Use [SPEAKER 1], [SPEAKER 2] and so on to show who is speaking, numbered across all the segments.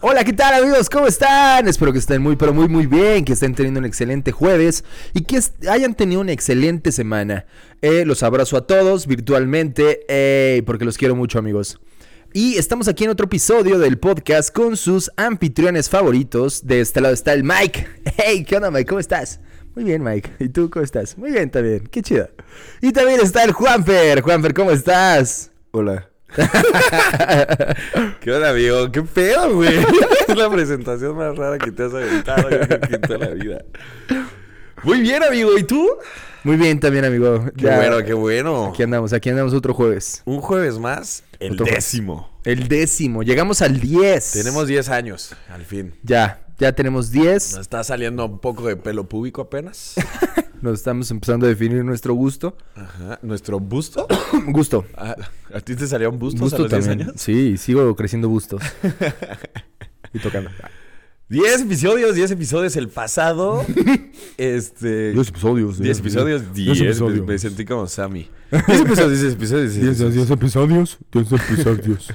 [SPEAKER 1] Hola, ¿qué tal amigos? ¿Cómo están? Espero que estén muy, pero muy, muy bien, que estén teniendo un excelente jueves y que hayan tenido una excelente semana. Eh, los abrazo a todos virtualmente, eh, porque los quiero mucho amigos. Y estamos aquí en otro episodio del podcast con sus anfitriones favoritos. De este lado está el Mike. Hey, ¿qué onda Mike? ¿Cómo estás? Muy bien, Mike. ¿Y tú cómo estás? Muy bien también. Qué chido. Y también está el Juanfer. Juanfer, ¿cómo estás?
[SPEAKER 2] Hola. ¿Qué onda, amigo? ¿Qué pedo, güey? es la presentación más rara que te has aventado yo creo que en toda la vida. Muy bien, amigo. ¿Y tú?
[SPEAKER 1] Muy bien también, amigo.
[SPEAKER 2] Qué
[SPEAKER 1] Ya,
[SPEAKER 2] bueno, qué bueno.
[SPEAKER 1] Aquí andamos, aquí andamos otro jueves.
[SPEAKER 2] Un jueves más, el
[SPEAKER 1] Otro jueves.
[SPEAKER 2] décimo.
[SPEAKER 1] El décimo, llegamos al 10.
[SPEAKER 2] Tenemos 10 años, al fin.
[SPEAKER 1] Ya, ya tenemos
[SPEAKER 2] Nos
[SPEAKER 1] 10.
[SPEAKER 2] está saliendo un poco de pelo púbico apenas.
[SPEAKER 1] Nos estamos empezando a definir nuestro gusto.
[SPEAKER 2] Ajá. Nuestro busto.
[SPEAKER 1] gusto.
[SPEAKER 2] Ah, ¿A ti te salían bustos a
[SPEAKER 1] Gusto
[SPEAKER 2] los 10
[SPEAKER 1] también.
[SPEAKER 2] años?
[SPEAKER 1] Sí, sigo creciendo bustos. y tocando.
[SPEAKER 2] 10 episodios, 10 episodios el pasado. este.
[SPEAKER 1] 10 episodios.
[SPEAKER 2] 10 episodios, 10. Me, me sentí como Sammy. 10 episodios, 10 episodios, 10
[SPEAKER 3] 10
[SPEAKER 2] episodios.
[SPEAKER 3] episodios, 10 episodios.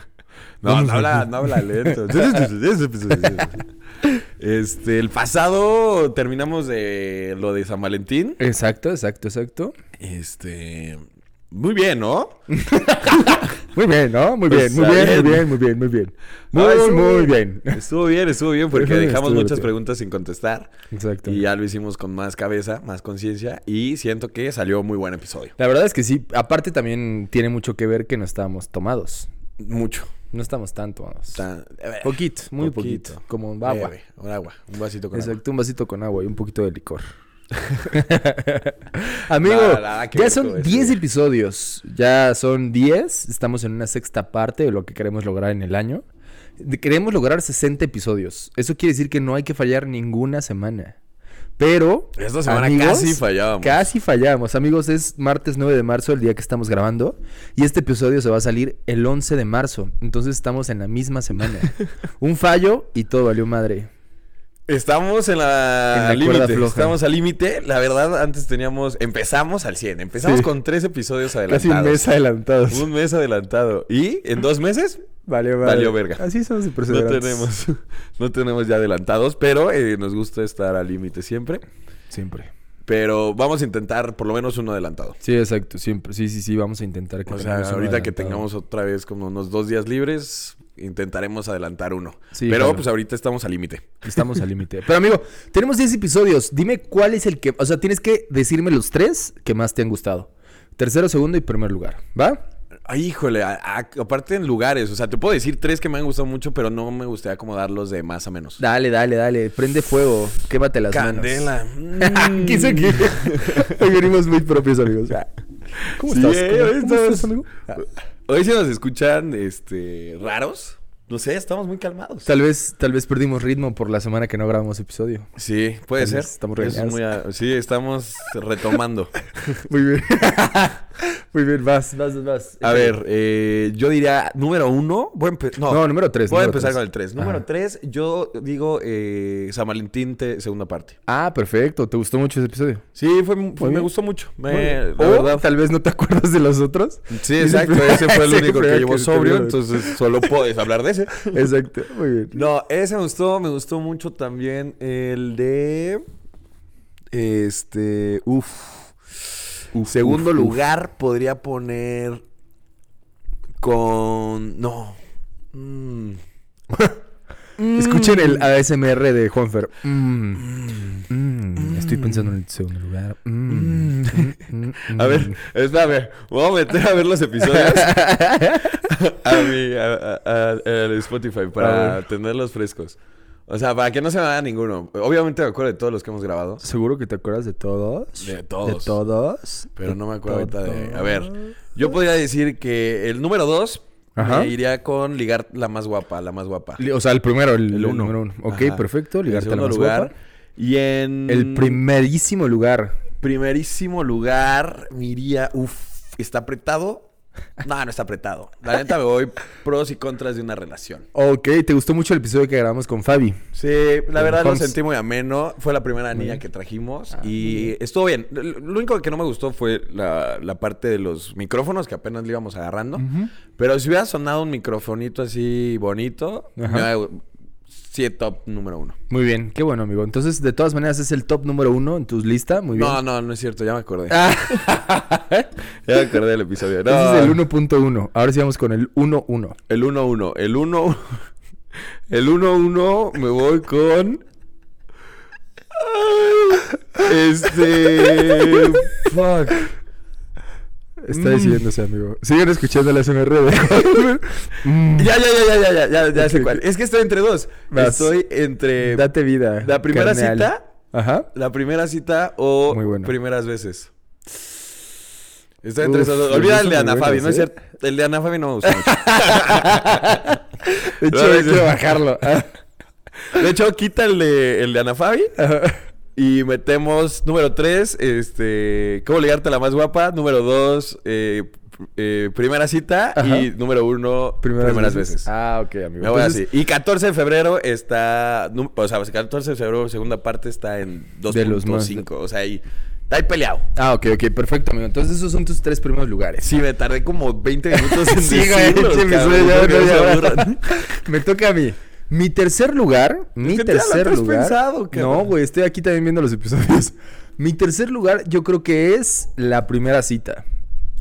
[SPEAKER 2] No, no habla, no habla lento. 10 episodios. Este, el pasado terminamos de lo de San Valentín.
[SPEAKER 1] Exacto, exacto, exacto.
[SPEAKER 2] Este, muy bien, ¿no?
[SPEAKER 1] Muy bien, ¿no? Muy bien,
[SPEAKER 2] Pues,
[SPEAKER 1] muy bien, muy
[SPEAKER 2] está bien.
[SPEAKER 1] bien, muy bien, muy bien. Muy,
[SPEAKER 2] Ah, estuvo
[SPEAKER 1] muy bien.
[SPEAKER 2] bien. Estuvo bien, estuvo bien porque
[SPEAKER 1] Estuvo bien,
[SPEAKER 2] dejamos
[SPEAKER 1] estuvo
[SPEAKER 2] muchas
[SPEAKER 1] bien.
[SPEAKER 2] preguntas sin contestar
[SPEAKER 1] Exacto.
[SPEAKER 2] y ya lo hicimos con más cabeza, más conciencia y siento que salió muy buen episodio.
[SPEAKER 1] La verdad es que sí, aparte también tiene mucho que ver que no estábamos tomados.
[SPEAKER 2] Mucho.
[SPEAKER 1] No estamos tan tomados.
[SPEAKER 2] Está- eh,
[SPEAKER 1] Poquito, muy poquito.
[SPEAKER 2] Poquito.
[SPEAKER 1] Como agua.
[SPEAKER 2] Bebe, un agua, un vasito con
[SPEAKER 1] Exacto, un vasito con agua y un poquito de licor. Amigo,
[SPEAKER 2] Nada, nada, qué
[SPEAKER 1] ya
[SPEAKER 2] rico
[SPEAKER 1] son
[SPEAKER 2] es,
[SPEAKER 1] 10
[SPEAKER 2] güey.
[SPEAKER 1] episodios. Ya son 10. Estamos en una sexta parte de lo que queremos lograr en el año. De- Queremos lograr 60 episodios. Eso quiere decir que no hay que fallar ninguna semana. Pero.
[SPEAKER 2] agua. Esta semana casi fallábamos.
[SPEAKER 1] Casi fallamos. Amigos, es martes 9 de marzo, el día que estamos grabando. Y este episodio se va a salir el 11 de marzo. Entonces estamos en la misma semana. Un fallo y todo valió madre.
[SPEAKER 2] Estamos en
[SPEAKER 1] En
[SPEAKER 2] la
[SPEAKER 1] la
[SPEAKER 2] al límite.
[SPEAKER 1] cuerda floja.
[SPEAKER 2] Estamos al límite. La verdad, antes teníamos. Empezamos al 100. Empezamos
[SPEAKER 1] Sí.
[SPEAKER 2] con tres episodios
[SPEAKER 1] Casi un
[SPEAKER 2] adelantados.
[SPEAKER 1] mes adelantados.
[SPEAKER 2] Un mes adelantado. Y en dos meses
[SPEAKER 1] Valió,
[SPEAKER 2] Valió verga.
[SPEAKER 1] Así somos de
[SPEAKER 2] no
[SPEAKER 1] perseverantes.
[SPEAKER 2] tenemos, no tenemos ya adelantados, pero eh, nos gusta estar al límite siempre.
[SPEAKER 1] Siempre.
[SPEAKER 2] Pero vamos a intentar por lo menos uno adelantado.
[SPEAKER 1] Sí, exacto. Siempre. Sí, sí, sí. Vamos a intentar que
[SPEAKER 2] O sea,
[SPEAKER 1] tengamos uno
[SPEAKER 2] ahorita que
[SPEAKER 1] adelantado.
[SPEAKER 2] tengamos otra vez como unos dos días libres, intentaremos adelantar uno.
[SPEAKER 1] Sí,
[SPEAKER 2] pero
[SPEAKER 1] claro.
[SPEAKER 2] pues ahorita estamos al límite.
[SPEAKER 1] Estamos al límite. Pero amigo, tenemos 10 episodios. Dime cuál es el que. O sea, tienes que decirme los tres que más te han gustado. Tercero, segundo y primer lugar. ¿Va?
[SPEAKER 2] Ay, Ah, híjole, a- a- aparte en lugares. O sea, te puedo decir tres que me han gustado mucho, pero no me gustaría acomodarlos de más a menos.
[SPEAKER 1] Dale, dale, dale. Prende fuego. Quémate las manos.
[SPEAKER 2] Candela. Mm.
[SPEAKER 1] Quiso que. Hoy venimos muy propios, amigos. ¿Cómo
[SPEAKER 2] Sí,
[SPEAKER 1] estás?
[SPEAKER 2] eh,
[SPEAKER 1] ¿Cómo-
[SPEAKER 2] hoy
[SPEAKER 1] cómo
[SPEAKER 2] estamos-
[SPEAKER 1] estás, amigo? Ah.
[SPEAKER 2] Hoy se nos escuchan este, raros. No sé, estamos muy calmados.
[SPEAKER 1] Tal vez, tal vez perdimos ritmo por la semana que no grabamos episodio.
[SPEAKER 2] Sí, puede
[SPEAKER 1] Tal
[SPEAKER 2] ser.
[SPEAKER 1] vez estamos
[SPEAKER 2] Eso es
[SPEAKER 1] regañados.
[SPEAKER 2] muy a- Sí, estamos retomando.
[SPEAKER 1] Muy bien. Muy bien, vas, vas, vas.
[SPEAKER 2] A ver, eh, yo diría número uno. Voy a empe- no,
[SPEAKER 1] No, número tres.
[SPEAKER 2] voy a
[SPEAKER 1] número
[SPEAKER 2] empezar
[SPEAKER 1] tres.
[SPEAKER 2] con el tres. Número
[SPEAKER 1] Ajá.
[SPEAKER 2] tres, yo digo eh, San Valentín, te- segunda parte.
[SPEAKER 1] Ah, perfecto. ¿Te gustó mucho ese episodio?
[SPEAKER 2] Sí, fue, mu-
[SPEAKER 1] Muy
[SPEAKER 2] me
[SPEAKER 1] bien.
[SPEAKER 2] gustó mucho. Me,
[SPEAKER 1] Muy bien.
[SPEAKER 2] la
[SPEAKER 1] o
[SPEAKER 2] verdad.
[SPEAKER 1] tal vez no te acuerdas de los otros.
[SPEAKER 2] Oh. Sí, exacto. Ese fue el
[SPEAKER 1] Ese
[SPEAKER 2] único
[SPEAKER 1] fue
[SPEAKER 2] que
[SPEAKER 1] el
[SPEAKER 2] llevó
[SPEAKER 1] que-
[SPEAKER 2] sobrio. Entonces, solo puedes hablar de ese.
[SPEAKER 1] Exacto, muy bien.
[SPEAKER 2] No, ese me gustó, me gustó mucho también el de. Este. Uf. Segundo
[SPEAKER 1] uf, uf.
[SPEAKER 2] lugar podría poner. Con. No. Mm.
[SPEAKER 1] Escuchen el ASMR de Juanfer. Mm. Mm. Estoy pensando en el segundo lugar. Mm. Mm, mm,
[SPEAKER 2] A
[SPEAKER 1] mm.
[SPEAKER 2] ver, espérame. Voy a meter a ver los episodios. a mi. a- a- a- al Spotify
[SPEAKER 1] A
[SPEAKER 2] para tenerlos frescos. O sea, para que no se me haga ninguno. Obviamente me acuerdo de todos los que hemos grabado.
[SPEAKER 1] Seguro que te acuerdas de todos.
[SPEAKER 2] De todos.
[SPEAKER 1] De todos.
[SPEAKER 2] Pero no me acuerdo
[SPEAKER 1] De
[SPEAKER 2] ahorita de. A
[SPEAKER 1] todos.
[SPEAKER 2] ver, yo podría decir que el número dos
[SPEAKER 1] Ajá.
[SPEAKER 2] me iría con ligar la más guapa, la más guapa.
[SPEAKER 1] Li- O sea, el primero, el,
[SPEAKER 2] El uno.
[SPEAKER 1] número uno. Ok,
[SPEAKER 2] Ajá.
[SPEAKER 1] perfecto. Ligarte a
[SPEAKER 2] en
[SPEAKER 1] la
[SPEAKER 2] segundo
[SPEAKER 1] más
[SPEAKER 2] lugar.
[SPEAKER 1] guapa.
[SPEAKER 2] Y en.
[SPEAKER 1] El primerísimo lugar.
[SPEAKER 2] primerísimo lugar me iría. Uf, ¿está apretado? No, no está apretado. La neta me voy pros y contras de una relación.
[SPEAKER 1] Ok, ¿te gustó mucho el episodio que grabamos con Fabi?
[SPEAKER 2] Sí, la verdad lo
[SPEAKER 1] Holmes.
[SPEAKER 2] sentí muy ameno. Fue la primera niña que trajimos
[SPEAKER 1] Ah,
[SPEAKER 2] y estuvo bien. Lo- Lo único que no me gustó fue la, la parte de los micrófonos que apenas le íbamos agarrando. Pero si hubiera sonado un microfonito así bonito,
[SPEAKER 1] Ajá.
[SPEAKER 2] me hubiera- Sí, top número uno.
[SPEAKER 1] Muy bien, qué bueno, amigo. Entonces, de todas maneras, es el top número uno en tu lista. Muy bien.
[SPEAKER 2] No, no, no es cierto, ya me acordé.
[SPEAKER 1] Ah,
[SPEAKER 2] Ya me acordé del episodio. No,
[SPEAKER 1] Ese es el 1.1. Ahora sí vamos con el 1.1.
[SPEAKER 2] El 1-1. El 1 El 1-1 me voy con. Este.
[SPEAKER 1] Fuck.
[SPEAKER 2] Mm.
[SPEAKER 1] Está decidiéndose, amigo. Siguen escuchando la SMR. Mm.
[SPEAKER 2] Ya, ya, ya, ya, ya, ya, ya, ya sé
[SPEAKER 1] Ok.
[SPEAKER 2] cuál. Es que estoy entre dos.
[SPEAKER 1] Vas.
[SPEAKER 2] Estoy entre.
[SPEAKER 1] Date vida.
[SPEAKER 2] La primera
[SPEAKER 1] carnal.
[SPEAKER 2] cita.
[SPEAKER 1] Ajá.
[SPEAKER 2] La primera cita o
[SPEAKER 1] Muy bueno.
[SPEAKER 2] primeras veces. Estoy entre
[SPEAKER 1] Uf,
[SPEAKER 2] esos dos.
[SPEAKER 1] los
[SPEAKER 2] Olvida
[SPEAKER 1] dos
[SPEAKER 2] el de
[SPEAKER 1] son muy
[SPEAKER 2] Ana Fabi,
[SPEAKER 1] buenos,
[SPEAKER 2] ¿no es
[SPEAKER 1] ¿eh?
[SPEAKER 2] cierto? El de Ana Fabi no me gusta mucho.
[SPEAKER 1] De hecho,
[SPEAKER 2] No,
[SPEAKER 1] hay
[SPEAKER 2] sí.
[SPEAKER 1] que bajarlo. Ah,
[SPEAKER 2] De hecho, quita el de, el de Ana Fabi.
[SPEAKER 1] ajá.
[SPEAKER 2] Y metemos número 3, este, ¿cómo ligarte a la más guapa? Número 2, eh, pr- eh, primera cita.
[SPEAKER 1] Ajá.
[SPEAKER 2] Y número 1, primeras, veces.
[SPEAKER 1] Ah, ok, amigo.
[SPEAKER 2] Me voy
[SPEAKER 1] Entonces,
[SPEAKER 2] así. Y 14 de febrero está, nu- o sea, 14 de febrero, segunda parte está en
[SPEAKER 1] De los más-
[SPEAKER 2] 2.5. O sea, ahí, está ahí peleado.
[SPEAKER 1] Ah, ok, ok, perfecto, amigo. Entonces, esos son tus tres primeros lugares.
[SPEAKER 2] Sí, me tardé como 20 minutos en
[SPEAKER 1] Sí, güey,
[SPEAKER 2] decirlos,
[SPEAKER 1] sí, me
[SPEAKER 2] cabrón,
[SPEAKER 1] suena,
[SPEAKER 2] porque
[SPEAKER 1] ya,
[SPEAKER 2] no
[SPEAKER 1] ya,
[SPEAKER 2] se
[SPEAKER 1] ya.
[SPEAKER 2] aburran.
[SPEAKER 1] Me toca a mí. Mi tercer lugar, mi
[SPEAKER 2] que te la
[SPEAKER 1] tercer
[SPEAKER 2] traes
[SPEAKER 1] lugar.
[SPEAKER 2] pensado, cabrón.
[SPEAKER 1] no, güey, estoy aquí también viendo los episodios. Mi tercer lugar, yo creo que es la primera cita.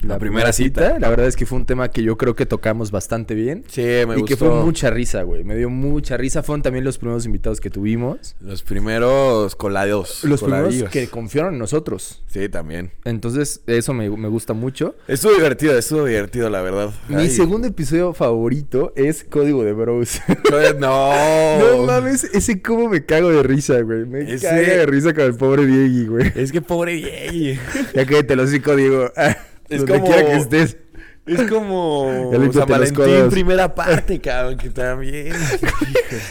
[SPEAKER 2] La primera cita.
[SPEAKER 1] La verdad es que fue un tema que yo creo que tocamos bastante bien.
[SPEAKER 2] Sí, me
[SPEAKER 1] y
[SPEAKER 2] gustó.
[SPEAKER 1] que fue mucha risa, güey. Me dio mucha risa. Fueron también los primeros invitados que tuvimos.
[SPEAKER 2] Los primeros colados.
[SPEAKER 1] Los primeros
[SPEAKER 2] coladillos.
[SPEAKER 1] que confiaron en nosotros.
[SPEAKER 2] Sí, también.
[SPEAKER 1] Entonces, eso me, me gusta mucho.
[SPEAKER 2] Estuvo divertido, estuvo divertido, la verdad.
[SPEAKER 1] Mi
[SPEAKER 2] Ay,
[SPEAKER 1] segundo episodio favorito es Código de Bros.
[SPEAKER 2] yo- No.
[SPEAKER 1] No mames, ese cómo me cago de risa, güey. Me
[SPEAKER 2] Ese-
[SPEAKER 1] cago de risa con el pobre Diegui, güey.
[SPEAKER 2] Es que pobre Yeye.
[SPEAKER 1] Ya cállate los cinco, Diego.
[SPEAKER 2] Es
[SPEAKER 1] Es Ah, Donde
[SPEAKER 2] como-
[SPEAKER 1] quiera que estés.
[SPEAKER 2] Es como
[SPEAKER 1] Ya límpiate
[SPEAKER 2] San
[SPEAKER 1] los
[SPEAKER 2] Valentín
[SPEAKER 1] codos.
[SPEAKER 2] primera parte, cabrón, que también.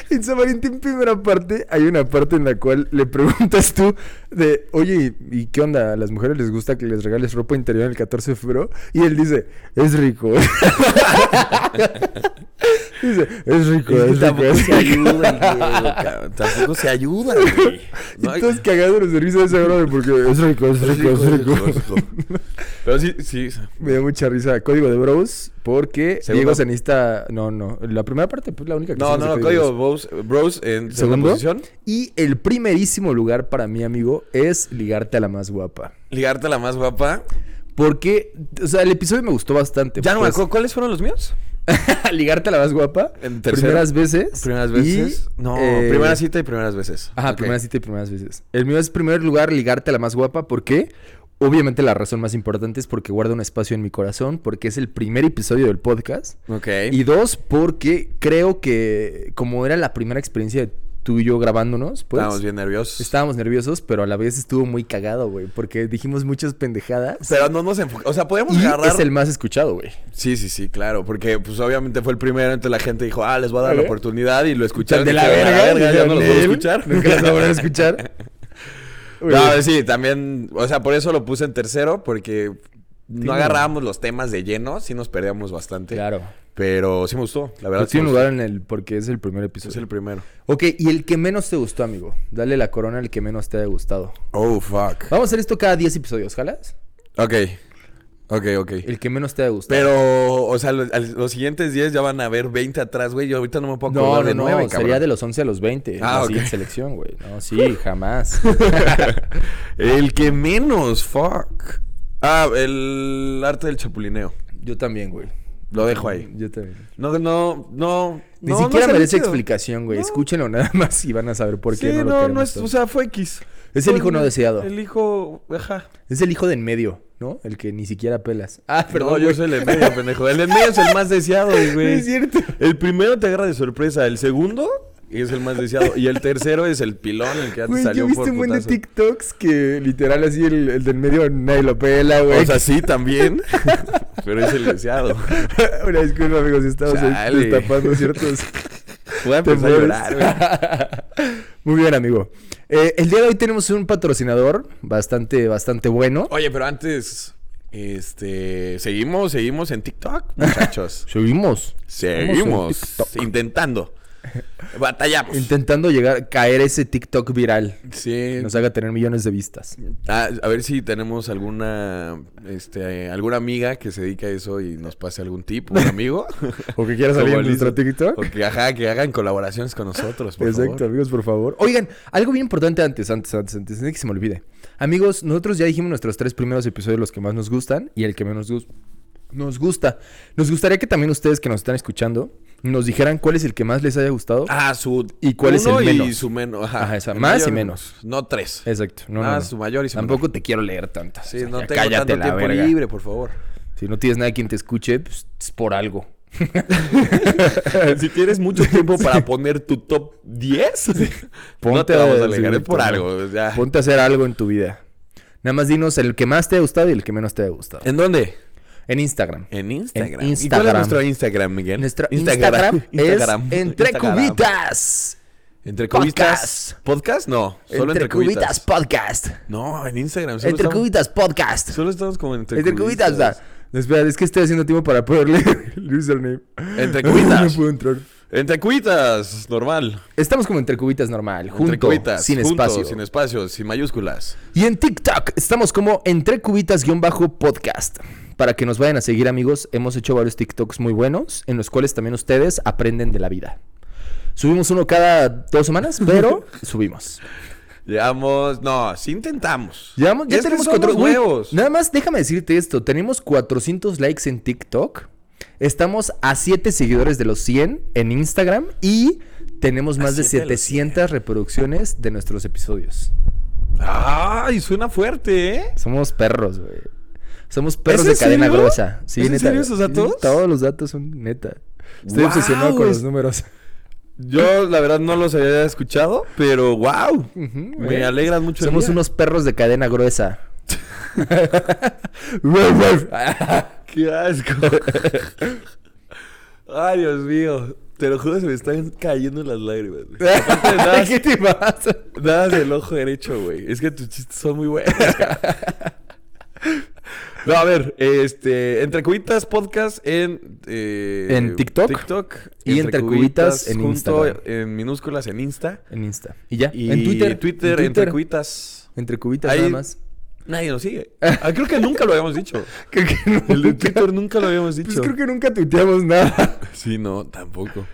[SPEAKER 1] En San Valentín, primera parte, hay una parte en la cual le preguntas tú de, oye, ¿y qué onda? ¿A las mujeres les gusta que les regales ropa interior el 14 de febrero? Y él dice, es rico. dice, es rico, es, rico.
[SPEAKER 2] tampoco
[SPEAKER 1] es rico".
[SPEAKER 2] se ayudan, güey, cabrón. Tampoco se ayudan, güey. No hay-
[SPEAKER 1] Y todos cagados los servicios de ese brother porque es rico, es rico, es rico.
[SPEAKER 2] Pero sí, sí.
[SPEAKER 1] Me dio mucha risa. Código de Bros. Porque
[SPEAKER 2] Segunda-
[SPEAKER 1] Diego Cenista. No, no. La primera parte, pues la única que
[SPEAKER 2] No,
[SPEAKER 1] hicimos de
[SPEAKER 2] no, no,
[SPEAKER 1] de
[SPEAKER 2] código
[SPEAKER 1] Bros.
[SPEAKER 2] Bros, Bros en segunda
[SPEAKER 1] Segundo.
[SPEAKER 2] posición.
[SPEAKER 1] Y el primerísimo lugar para mí, amigo, es ligarte a la más guapa.
[SPEAKER 2] Ligarte a la más guapa.
[SPEAKER 1] Porque, o sea, el episodio me gustó bastante.
[SPEAKER 2] Ya no me
[SPEAKER 1] pues.
[SPEAKER 2] acuerdo, ¿cuáles fueron los míos?
[SPEAKER 1] ligarte a la más guapa.
[SPEAKER 2] En tercero.
[SPEAKER 1] primeras veces.
[SPEAKER 2] Primeras veces.
[SPEAKER 1] y,
[SPEAKER 2] no,
[SPEAKER 1] eh,
[SPEAKER 2] primera cita y primeras veces.
[SPEAKER 1] Ajá,
[SPEAKER 2] Ok.
[SPEAKER 1] primera cita y primeras veces. El mío es primer lugar ligarte a la más guapa porque obviamente la razón más importante es porque guarda un espacio en mi corazón, porque es el primer episodio del podcast.
[SPEAKER 2] Ok.
[SPEAKER 1] Y dos, porque creo que como era la primera experiencia de tú y yo grabándonos, pues
[SPEAKER 2] Estábamos bien nerviosos.
[SPEAKER 1] estábamos nerviosos, pero a la vez estuvo muy cagado, güey, porque dijimos muchas pendejadas.
[SPEAKER 2] Pero no nos enfocamos. O sea, podemos
[SPEAKER 1] y
[SPEAKER 2] agarrar.
[SPEAKER 1] es el más escuchado, güey.
[SPEAKER 2] Sí, sí, sí, claro. Porque, pues, obviamente fue el primero. Entonces la gente dijo, ah, les voy a dar la
[SPEAKER 1] Ok.
[SPEAKER 2] oportunidad. Y lo escucharon.
[SPEAKER 1] de
[SPEAKER 2] y
[SPEAKER 1] la
[SPEAKER 2] dijeron,
[SPEAKER 1] verga,
[SPEAKER 2] ya
[SPEAKER 1] dijeron,
[SPEAKER 2] no los voy a
[SPEAKER 1] "Nel,
[SPEAKER 2] escuchar.
[SPEAKER 1] Nunca los voy a escuchar. Güey,
[SPEAKER 2] No, sí, también. O sea, por eso lo puse en tercero. Porque
[SPEAKER 1] Sí,
[SPEAKER 2] no
[SPEAKER 1] no.
[SPEAKER 2] agarrábamos los temas de lleno. Sí nos perdíamos bastante.
[SPEAKER 1] Claro.
[SPEAKER 2] Pero sí me gustó. La verdad.
[SPEAKER 1] Pero
[SPEAKER 2] sí me
[SPEAKER 1] tiene
[SPEAKER 2] gustó.
[SPEAKER 1] lugar en el porque es el primer episodio.
[SPEAKER 2] Es el primero.
[SPEAKER 1] Ok, y el que menos te gustó, amigo. Dale la corona al que menos te haya gustado.
[SPEAKER 2] Oh, fuck.
[SPEAKER 1] Vamos a hacer esto cada 10 episodios, ¿jalas?
[SPEAKER 2] Ok. Ok, ok.
[SPEAKER 1] El que menos te haya gustado.
[SPEAKER 2] Pero, o sea, los, al- los siguientes 10 ya van a haber 20 atrás, güey. Yo ahorita no me puedo acordar
[SPEAKER 1] No, no,
[SPEAKER 2] de
[SPEAKER 1] no,
[SPEAKER 2] nueve, cabrón.
[SPEAKER 1] sería de los 11 a los 20.
[SPEAKER 2] Ah,
[SPEAKER 1] la
[SPEAKER 2] ok.
[SPEAKER 1] siguiente selección, güey. No, sí, jamás.
[SPEAKER 2] el que menos, fuck. Ah, el arte del chapulineo.
[SPEAKER 1] Yo también, güey.
[SPEAKER 2] Lo dejo ahí.
[SPEAKER 1] Yo también.
[SPEAKER 2] No, no, no.
[SPEAKER 1] Ni
[SPEAKER 2] no,
[SPEAKER 1] siquiera
[SPEAKER 2] no
[SPEAKER 1] merece
[SPEAKER 2] está chido.
[SPEAKER 1] explicación, güey.
[SPEAKER 2] No.
[SPEAKER 1] Escúchenlo nada más y van a saber por qué
[SPEAKER 2] Sí,
[SPEAKER 1] no, lo
[SPEAKER 2] no,
[SPEAKER 1] queremos
[SPEAKER 2] no es,
[SPEAKER 1] tanto.
[SPEAKER 2] o sea, fue X.
[SPEAKER 1] Es
[SPEAKER 2] Fue
[SPEAKER 1] el hijo no deseado.
[SPEAKER 2] El hijo, ajá.
[SPEAKER 1] Es el hijo del medio, ¿no? El que ni siquiera pelas. Ah, perdón,
[SPEAKER 2] no, yo
[SPEAKER 1] güey.
[SPEAKER 2] soy el en medio, pendejo. El en medio es el más deseado,
[SPEAKER 1] No
[SPEAKER 2] güey.
[SPEAKER 1] es cierto.
[SPEAKER 2] El primero te agarra de sorpresa, el segundo es el más deseado y el tercero es el pilón, el que ya te
[SPEAKER 1] Güey,
[SPEAKER 2] salió
[SPEAKER 1] yo
[SPEAKER 2] por
[SPEAKER 1] viste un buen de
[SPEAKER 2] putazo.
[SPEAKER 1] TikToks que literal así el, el del medio nadie lo pela, güey.
[SPEAKER 2] O sea, sí, también. pero es el deseado.
[SPEAKER 1] Una disculpa, amigos, estamos ahí
[SPEAKER 2] Chale.
[SPEAKER 1] destapando ciertos
[SPEAKER 2] Voy a empezar a
[SPEAKER 1] temores.
[SPEAKER 2] llorar, güey.
[SPEAKER 1] Muy bien, amigo. Eh, el día de hoy tenemos un patrocinador bastante, bastante bueno.
[SPEAKER 2] Oye, pero antes, este, seguimos, seguimos en TikTok, muchachos.
[SPEAKER 1] Seguimos.
[SPEAKER 2] seguimos
[SPEAKER 1] TikTok.
[SPEAKER 2] intentando. Batallamos.
[SPEAKER 1] Intentando llegar, caer ese TikTok viral.
[SPEAKER 2] Sí.
[SPEAKER 1] Nos haga tener millones de vistas.
[SPEAKER 2] Ah, a ver si tenemos alguna este, eh, alguna amiga que se dedica a eso y nos pase algún tip, un amigo.
[SPEAKER 1] O que quieras
[SPEAKER 2] Como
[SPEAKER 1] salir en
[SPEAKER 2] Liz-
[SPEAKER 1] nuestro TikTok.
[SPEAKER 2] o que, ajá, que hagan colaboraciones con nosotros, por
[SPEAKER 1] Exacto,
[SPEAKER 2] favor.
[SPEAKER 1] amigos, por favor. Oigan, algo bien importante antes, antes, antes, antes, antes de que se me olvide. Amigos, nosotros ya dijimos nuestros tres primeros episodios, los que más nos gustan y el que menos gus- nos gusta. Nos gustaría que también ustedes que nos están escuchando nos dijeran cuál es el que más les haya gustado.
[SPEAKER 2] Ah, su.
[SPEAKER 1] ¿Y cuál es
[SPEAKER 2] uno
[SPEAKER 1] el
[SPEAKER 2] Y
[SPEAKER 1] menos?
[SPEAKER 2] su menos. Ajá,
[SPEAKER 1] Ajá, esa,
[SPEAKER 2] El
[SPEAKER 1] más y menos.
[SPEAKER 2] No tres.
[SPEAKER 1] Exacto. No, no,
[SPEAKER 2] ah,
[SPEAKER 1] no.
[SPEAKER 2] su mayor y su menor.
[SPEAKER 1] Tampoco te quiero leer tantas.
[SPEAKER 2] Sí,
[SPEAKER 1] O sea,
[SPEAKER 2] no
[SPEAKER 1] ya
[SPEAKER 2] tengo
[SPEAKER 1] cállate
[SPEAKER 2] tanto
[SPEAKER 1] la
[SPEAKER 2] tiempo
[SPEAKER 1] verga.
[SPEAKER 2] libre, por favor.
[SPEAKER 1] Si no tienes nadie quien te escuche, pues es por algo.
[SPEAKER 2] si tienes mucho tiempo para poner tu top 10, no
[SPEAKER 1] Ponte
[SPEAKER 2] te vamos
[SPEAKER 1] a-
[SPEAKER 2] a alegar
[SPEAKER 1] sí,
[SPEAKER 2] es por
[SPEAKER 1] ponte.
[SPEAKER 2] algo. o sea.
[SPEAKER 1] Ponte a hacer algo en tu vida. Nada más dinos el que más te ha gustado y el que menos te ha gustado.
[SPEAKER 2] ¿En dónde?
[SPEAKER 1] En Instagram.
[SPEAKER 2] En
[SPEAKER 1] Instagram.
[SPEAKER 2] Instagram. ¿Y cuál es
[SPEAKER 1] Instagram.
[SPEAKER 2] nuestro Instagram, Miguel?
[SPEAKER 1] Nuestro Instagram, es
[SPEAKER 2] Instagram.
[SPEAKER 1] Entre
[SPEAKER 2] Instagram.
[SPEAKER 1] Cubitas.
[SPEAKER 2] Entre cubitas.
[SPEAKER 1] Podcast.
[SPEAKER 2] Podcast. No, solo entre,
[SPEAKER 1] entre Cubitas Podcast.
[SPEAKER 2] No, en Instagram. Solo
[SPEAKER 1] Entre
[SPEAKER 2] estamos,
[SPEAKER 1] Cubitas Podcast.
[SPEAKER 2] Solo estamos como entre,
[SPEAKER 1] entre Cubitas. o sea, Espera, es que estoy haciendo tiempo para poder leer el username.
[SPEAKER 2] Entre Cubitas.
[SPEAKER 1] No puedo entrar.
[SPEAKER 2] Entre cubitas, normal.
[SPEAKER 1] Estamos como entre Cubitas normal, junto,
[SPEAKER 2] entre cubitas.
[SPEAKER 1] sin
[SPEAKER 2] junto,
[SPEAKER 1] espacio.
[SPEAKER 2] Sin espacio, sin mayúsculas.
[SPEAKER 1] Y en TikTok estamos como entre cubitas-podcast. Para que nos vayan a seguir, amigos, hemos hecho varios TikToks muy buenos, en los cuales también ustedes aprenden de la vida. Subimos uno cada dos semanas, pero subimos.
[SPEAKER 2] Llevamos. No, sí intentamos.
[SPEAKER 1] Llevamos- ya
[SPEAKER 2] Es que
[SPEAKER 1] tenemos
[SPEAKER 2] somos
[SPEAKER 1] cuatro güey,
[SPEAKER 2] nuevos.
[SPEAKER 1] Nada más déjame decirte esto: tenemos 400 likes en TikTok, estamos a 7 seguidores de los 100 en Instagram y tenemos
[SPEAKER 2] A
[SPEAKER 1] más de
[SPEAKER 2] siete de los
[SPEAKER 1] 700 reproducciones de nuestros episodios.
[SPEAKER 2] Ay, suena fuerte, ¿eh?
[SPEAKER 1] Somos perros, güey. Somos perros
[SPEAKER 2] ¿Es
[SPEAKER 1] de
[SPEAKER 2] en
[SPEAKER 1] cadena
[SPEAKER 2] serio?
[SPEAKER 1] gruesa. Sí,
[SPEAKER 2] ¿Es en
[SPEAKER 1] neta,
[SPEAKER 2] serio
[SPEAKER 1] güey.
[SPEAKER 2] esos datos?
[SPEAKER 1] Sí, Todos los datos son neta. Estoy
[SPEAKER 2] ¡Guau!
[SPEAKER 1] obsesionado con los números.
[SPEAKER 2] Yo, la verdad, no los había escuchado, pero wow.
[SPEAKER 1] güey.
[SPEAKER 2] me alegran mucho. el
[SPEAKER 1] Somos
[SPEAKER 2] día.
[SPEAKER 1] unos perros de cadena gruesa.
[SPEAKER 2] ¡Qué asco! Ay, Dios mío. Te lo juro, se me están cayendo las lágrimas, güey. Aparte, nada,
[SPEAKER 1] ¿Qué te pasa?
[SPEAKER 2] nada del ojo derecho, güey. Es que tus chistes son muy buenos. cabrón. No, a ver, este, Entre Cubitas Podcast en... eh,
[SPEAKER 1] En TikTok. Y Entre Cubitas en Instagram.
[SPEAKER 2] en minúsculas en Insta.
[SPEAKER 1] En Insta. ¿Y ya?
[SPEAKER 2] Y
[SPEAKER 1] en Twitter.
[SPEAKER 2] Twitter,
[SPEAKER 1] en
[SPEAKER 2] Entre Cubitas.
[SPEAKER 1] Entre cubitas
[SPEAKER 2] Ahí-
[SPEAKER 1] nada más.
[SPEAKER 2] Nadie nos sigue. Ah, creo que nunca lo habíamos dicho.
[SPEAKER 1] Creo que nunca,
[SPEAKER 2] El de Twitter nunca lo habíamos dicho.
[SPEAKER 1] pues creo que nunca tuiteamos nada.
[SPEAKER 2] Sí, no, tampoco.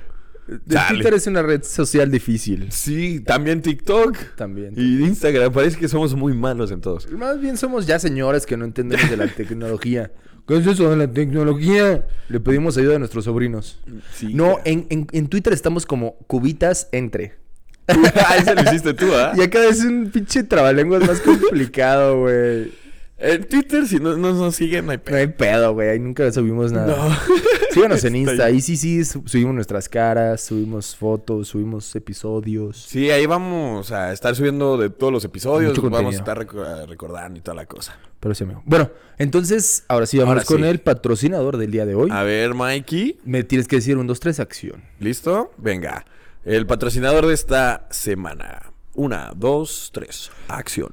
[SPEAKER 2] Chale.
[SPEAKER 1] Eh, Twitter es una red social difícil.
[SPEAKER 2] Sí, también TikTok.
[SPEAKER 1] También.
[SPEAKER 2] Y Instagram, parece que somos muy malos en todos.
[SPEAKER 1] Más bien somos ya señores que no entendemos de la tecnología. ¿Qué es eso de la tecnología? Le pedimos ayuda a nuestros sobrinos.
[SPEAKER 2] Sí.
[SPEAKER 1] No, en, en- en Twitter estamos como cubitas entre.
[SPEAKER 2] ah, ese lo hiciste tú, ¿ah?
[SPEAKER 1] Y acá es un pinche trabalenguas más complicado, güey.
[SPEAKER 2] En Twitter, si no no nos siguen, no hay
[SPEAKER 1] No
[SPEAKER 2] pedo.
[SPEAKER 1] hay pedo, güey. Ahí nunca subimos nada.
[SPEAKER 2] No.
[SPEAKER 1] Síganos en
[SPEAKER 2] Está
[SPEAKER 1] Insta.
[SPEAKER 2] bien.
[SPEAKER 1] Ahí sí, sí, su- subimos nuestras caras, subimos fotos, subimos episodios.
[SPEAKER 2] Sí, ahí vamos a estar subiendo de todos los episodios.
[SPEAKER 1] Mucho
[SPEAKER 2] Vamos a
[SPEAKER 1] contenido.
[SPEAKER 2] estar reco- eh, recordando y toda la cosa.
[SPEAKER 1] Pero sí, amigo. Bueno, entonces, ahora sí, vamos
[SPEAKER 2] Ahora
[SPEAKER 1] con
[SPEAKER 2] sí. Ah.
[SPEAKER 1] el patrocinador del día de hoy.
[SPEAKER 2] A ver, Mikey.
[SPEAKER 1] Me tienes que decir un, dos, tres, acción.
[SPEAKER 2] ¿Listo? Venga. El patrocinador de esta semana. Una, dos, tres. Acción.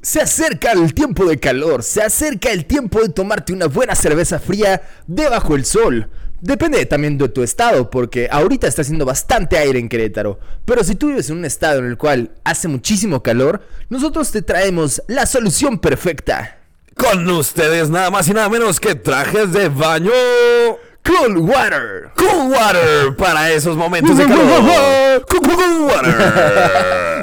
[SPEAKER 1] Se acerca el tiempo de calor, se acerca el tiempo de tomarte una buena cerveza fría debajo el sol. Depende también de tu estado, porque ahorita está haciendo bastante aire en Querétaro. Pero si tú vives en un estado en el cual hace muchísimo calor, nosotros te traemos la solución perfecta.
[SPEAKER 2] Con ustedes nada más y nada menos que trajes de baño.
[SPEAKER 1] Cool water.
[SPEAKER 2] Cool water para esos momentos de calor. Cool water.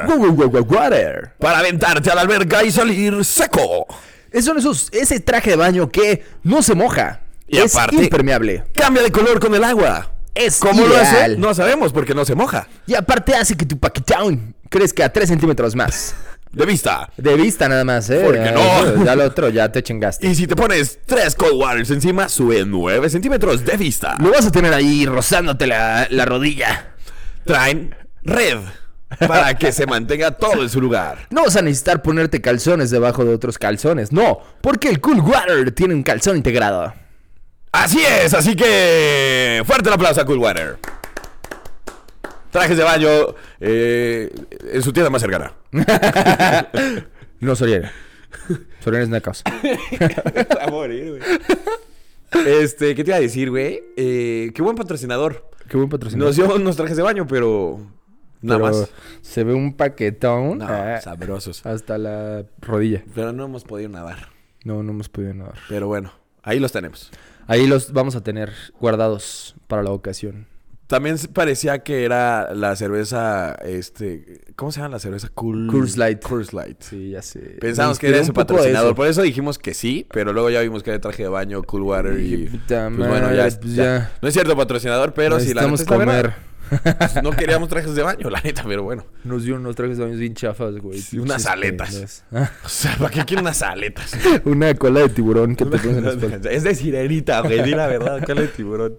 [SPEAKER 1] Wa- wa- wa- Water.
[SPEAKER 2] Para aventarte a la alberca y salir seco.
[SPEAKER 1] Es son esos, ese traje de baño que no se moja.
[SPEAKER 2] Y
[SPEAKER 1] es
[SPEAKER 2] aparte-
[SPEAKER 1] impermeable.
[SPEAKER 2] Cambia de color con el agua.
[SPEAKER 1] Es
[SPEAKER 2] ¿Cómo lo hace?
[SPEAKER 1] ideal.
[SPEAKER 2] No sabemos porque no se moja.
[SPEAKER 1] Y aparte hace que tu paquetown crezca 3 centímetros más.
[SPEAKER 2] De vista.
[SPEAKER 1] De vista nada más, ¿eh?
[SPEAKER 2] Porque no.
[SPEAKER 1] Ya lo otro, ya te chingaste.
[SPEAKER 2] Y si te pones tres cold waters encima, sube 9 centímetros de vista.
[SPEAKER 1] Lo vas a tener ahí rozándote la, la rodilla.
[SPEAKER 2] Traen red para que se mantenga todo en su lugar.
[SPEAKER 1] No vas a necesitar ponerte calzones debajo de otros calzones, no, porque el Cool Water tiene un calzón integrado.
[SPEAKER 2] Así es, así que fuerte el aplauso a Cool Water. Trajes de baño eh, en su tienda más cercana.
[SPEAKER 1] No, Soriana. Soriana es una cosa.
[SPEAKER 2] A morir, güey. Este, ¿qué te iba a decir, güey? Eh, qué buen patrocinador.
[SPEAKER 1] Qué buen patrocinador.
[SPEAKER 2] Nos dio unos trajes de baño, pero nada
[SPEAKER 1] Pero
[SPEAKER 2] más.
[SPEAKER 1] Se ve un paquetón.
[SPEAKER 2] No,
[SPEAKER 1] ah,
[SPEAKER 2] sabrosos.
[SPEAKER 1] hasta la rodilla.
[SPEAKER 2] Pero no hemos podido nadar.
[SPEAKER 1] No, no hemos podido nadar.
[SPEAKER 2] Pero bueno, ahí los tenemos.
[SPEAKER 1] Ahí los vamos a tener guardados para la ocasión.
[SPEAKER 2] También se- parecía que era la cerveza, este, ¿cómo se llama la cerveza? Cool...
[SPEAKER 1] Coors Light.
[SPEAKER 2] Coors Light.
[SPEAKER 1] Sí, ya sé.
[SPEAKER 2] Pensamos
[SPEAKER 1] Me
[SPEAKER 2] que
[SPEAKER 1] inspiró
[SPEAKER 2] era su
[SPEAKER 1] un poco
[SPEAKER 2] patrocinador, pues,
[SPEAKER 1] eso.
[SPEAKER 2] por eso dijimos que sí, pero luego ya vimos que era traje de baño, cool water y...
[SPEAKER 1] Y puta
[SPEAKER 2] pues bueno, ya,
[SPEAKER 1] madre,
[SPEAKER 2] es-
[SPEAKER 1] pues
[SPEAKER 2] ya.
[SPEAKER 1] ya.
[SPEAKER 2] No es cierto patrocinador, pero si la neta
[SPEAKER 1] Necesitamos
[SPEAKER 2] es la verdad,
[SPEAKER 1] comer.
[SPEAKER 2] pues, no queríamos trajes de baño, la neta, pero bueno.
[SPEAKER 1] Nos dio unos trajes de baños bien chafas, güey.
[SPEAKER 2] Sí, unas
[SPEAKER 1] Pinches
[SPEAKER 2] aletas.
[SPEAKER 1] pendejas.
[SPEAKER 2] O sea, ¿para qué quieren unas aletas?
[SPEAKER 1] Una cola de tiburón que te pones en la espalda.
[SPEAKER 2] es de sirenita, güey, di la verdad, ¿cuál es tiburón?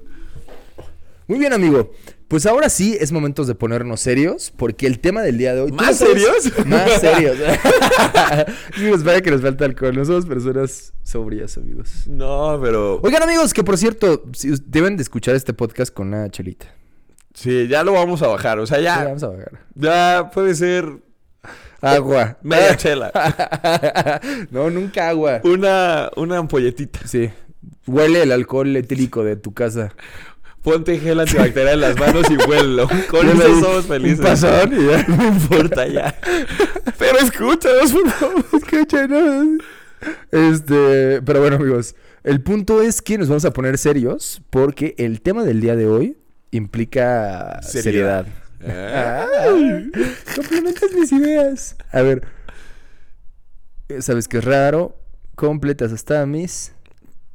[SPEAKER 1] Muy bien, amigo. Pues ahora sí es momento de ponernos serios, porque el tema del día de hoy. ¿Tú
[SPEAKER 2] ¿Más
[SPEAKER 1] no sabes?
[SPEAKER 2] serios?
[SPEAKER 1] Más serios. sí, nos parece que nos falta alcohol. No somos personas sobrias, amigos.
[SPEAKER 2] No, pero...
[SPEAKER 1] Oigan, amigos, que por cierto, si us- deben de escuchar este podcast con una chelita.
[SPEAKER 2] Sí, ya lo vamos a bajar, o sea,
[SPEAKER 1] Sí,
[SPEAKER 2] ya,
[SPEAKER 1] Vamos a bajar.
[SPEAKER 2] ya puede ser
[SPEAKER 1] Agua.
[SPEAKER 2] media chela.
[SPEAKER 1] no, nunca agua.
[SPEAKER 2] Una, una ampolletita.
[SPEAKER 1] Sí. Huele el alcohol etílico de tu casa.
[SPEAKER 2] Ponte gel antibacterial en las manos y vuelo. Con
[SPEAKER 1] Yo le
[SPEAKER 2] eso
[SPEAKER 1] di
[SPEAKER 2] somos felices.
[SPEAKER 1] Un pasón y ya.
[SPEAKER 2] No importa ya. Pero escúchanos, por favor.
[SPEAKER 1] Escuchen. Este, pero bueno, amigos, el punto es que nos vamos a poner serios porque el tema del día de hoy implica seriedad.
[SPEAKER 2] Seriedad.
[SPEAKER 1] Ay, complementas mis ideas. A ver, eh, sabes que es raro, completas hasta mis.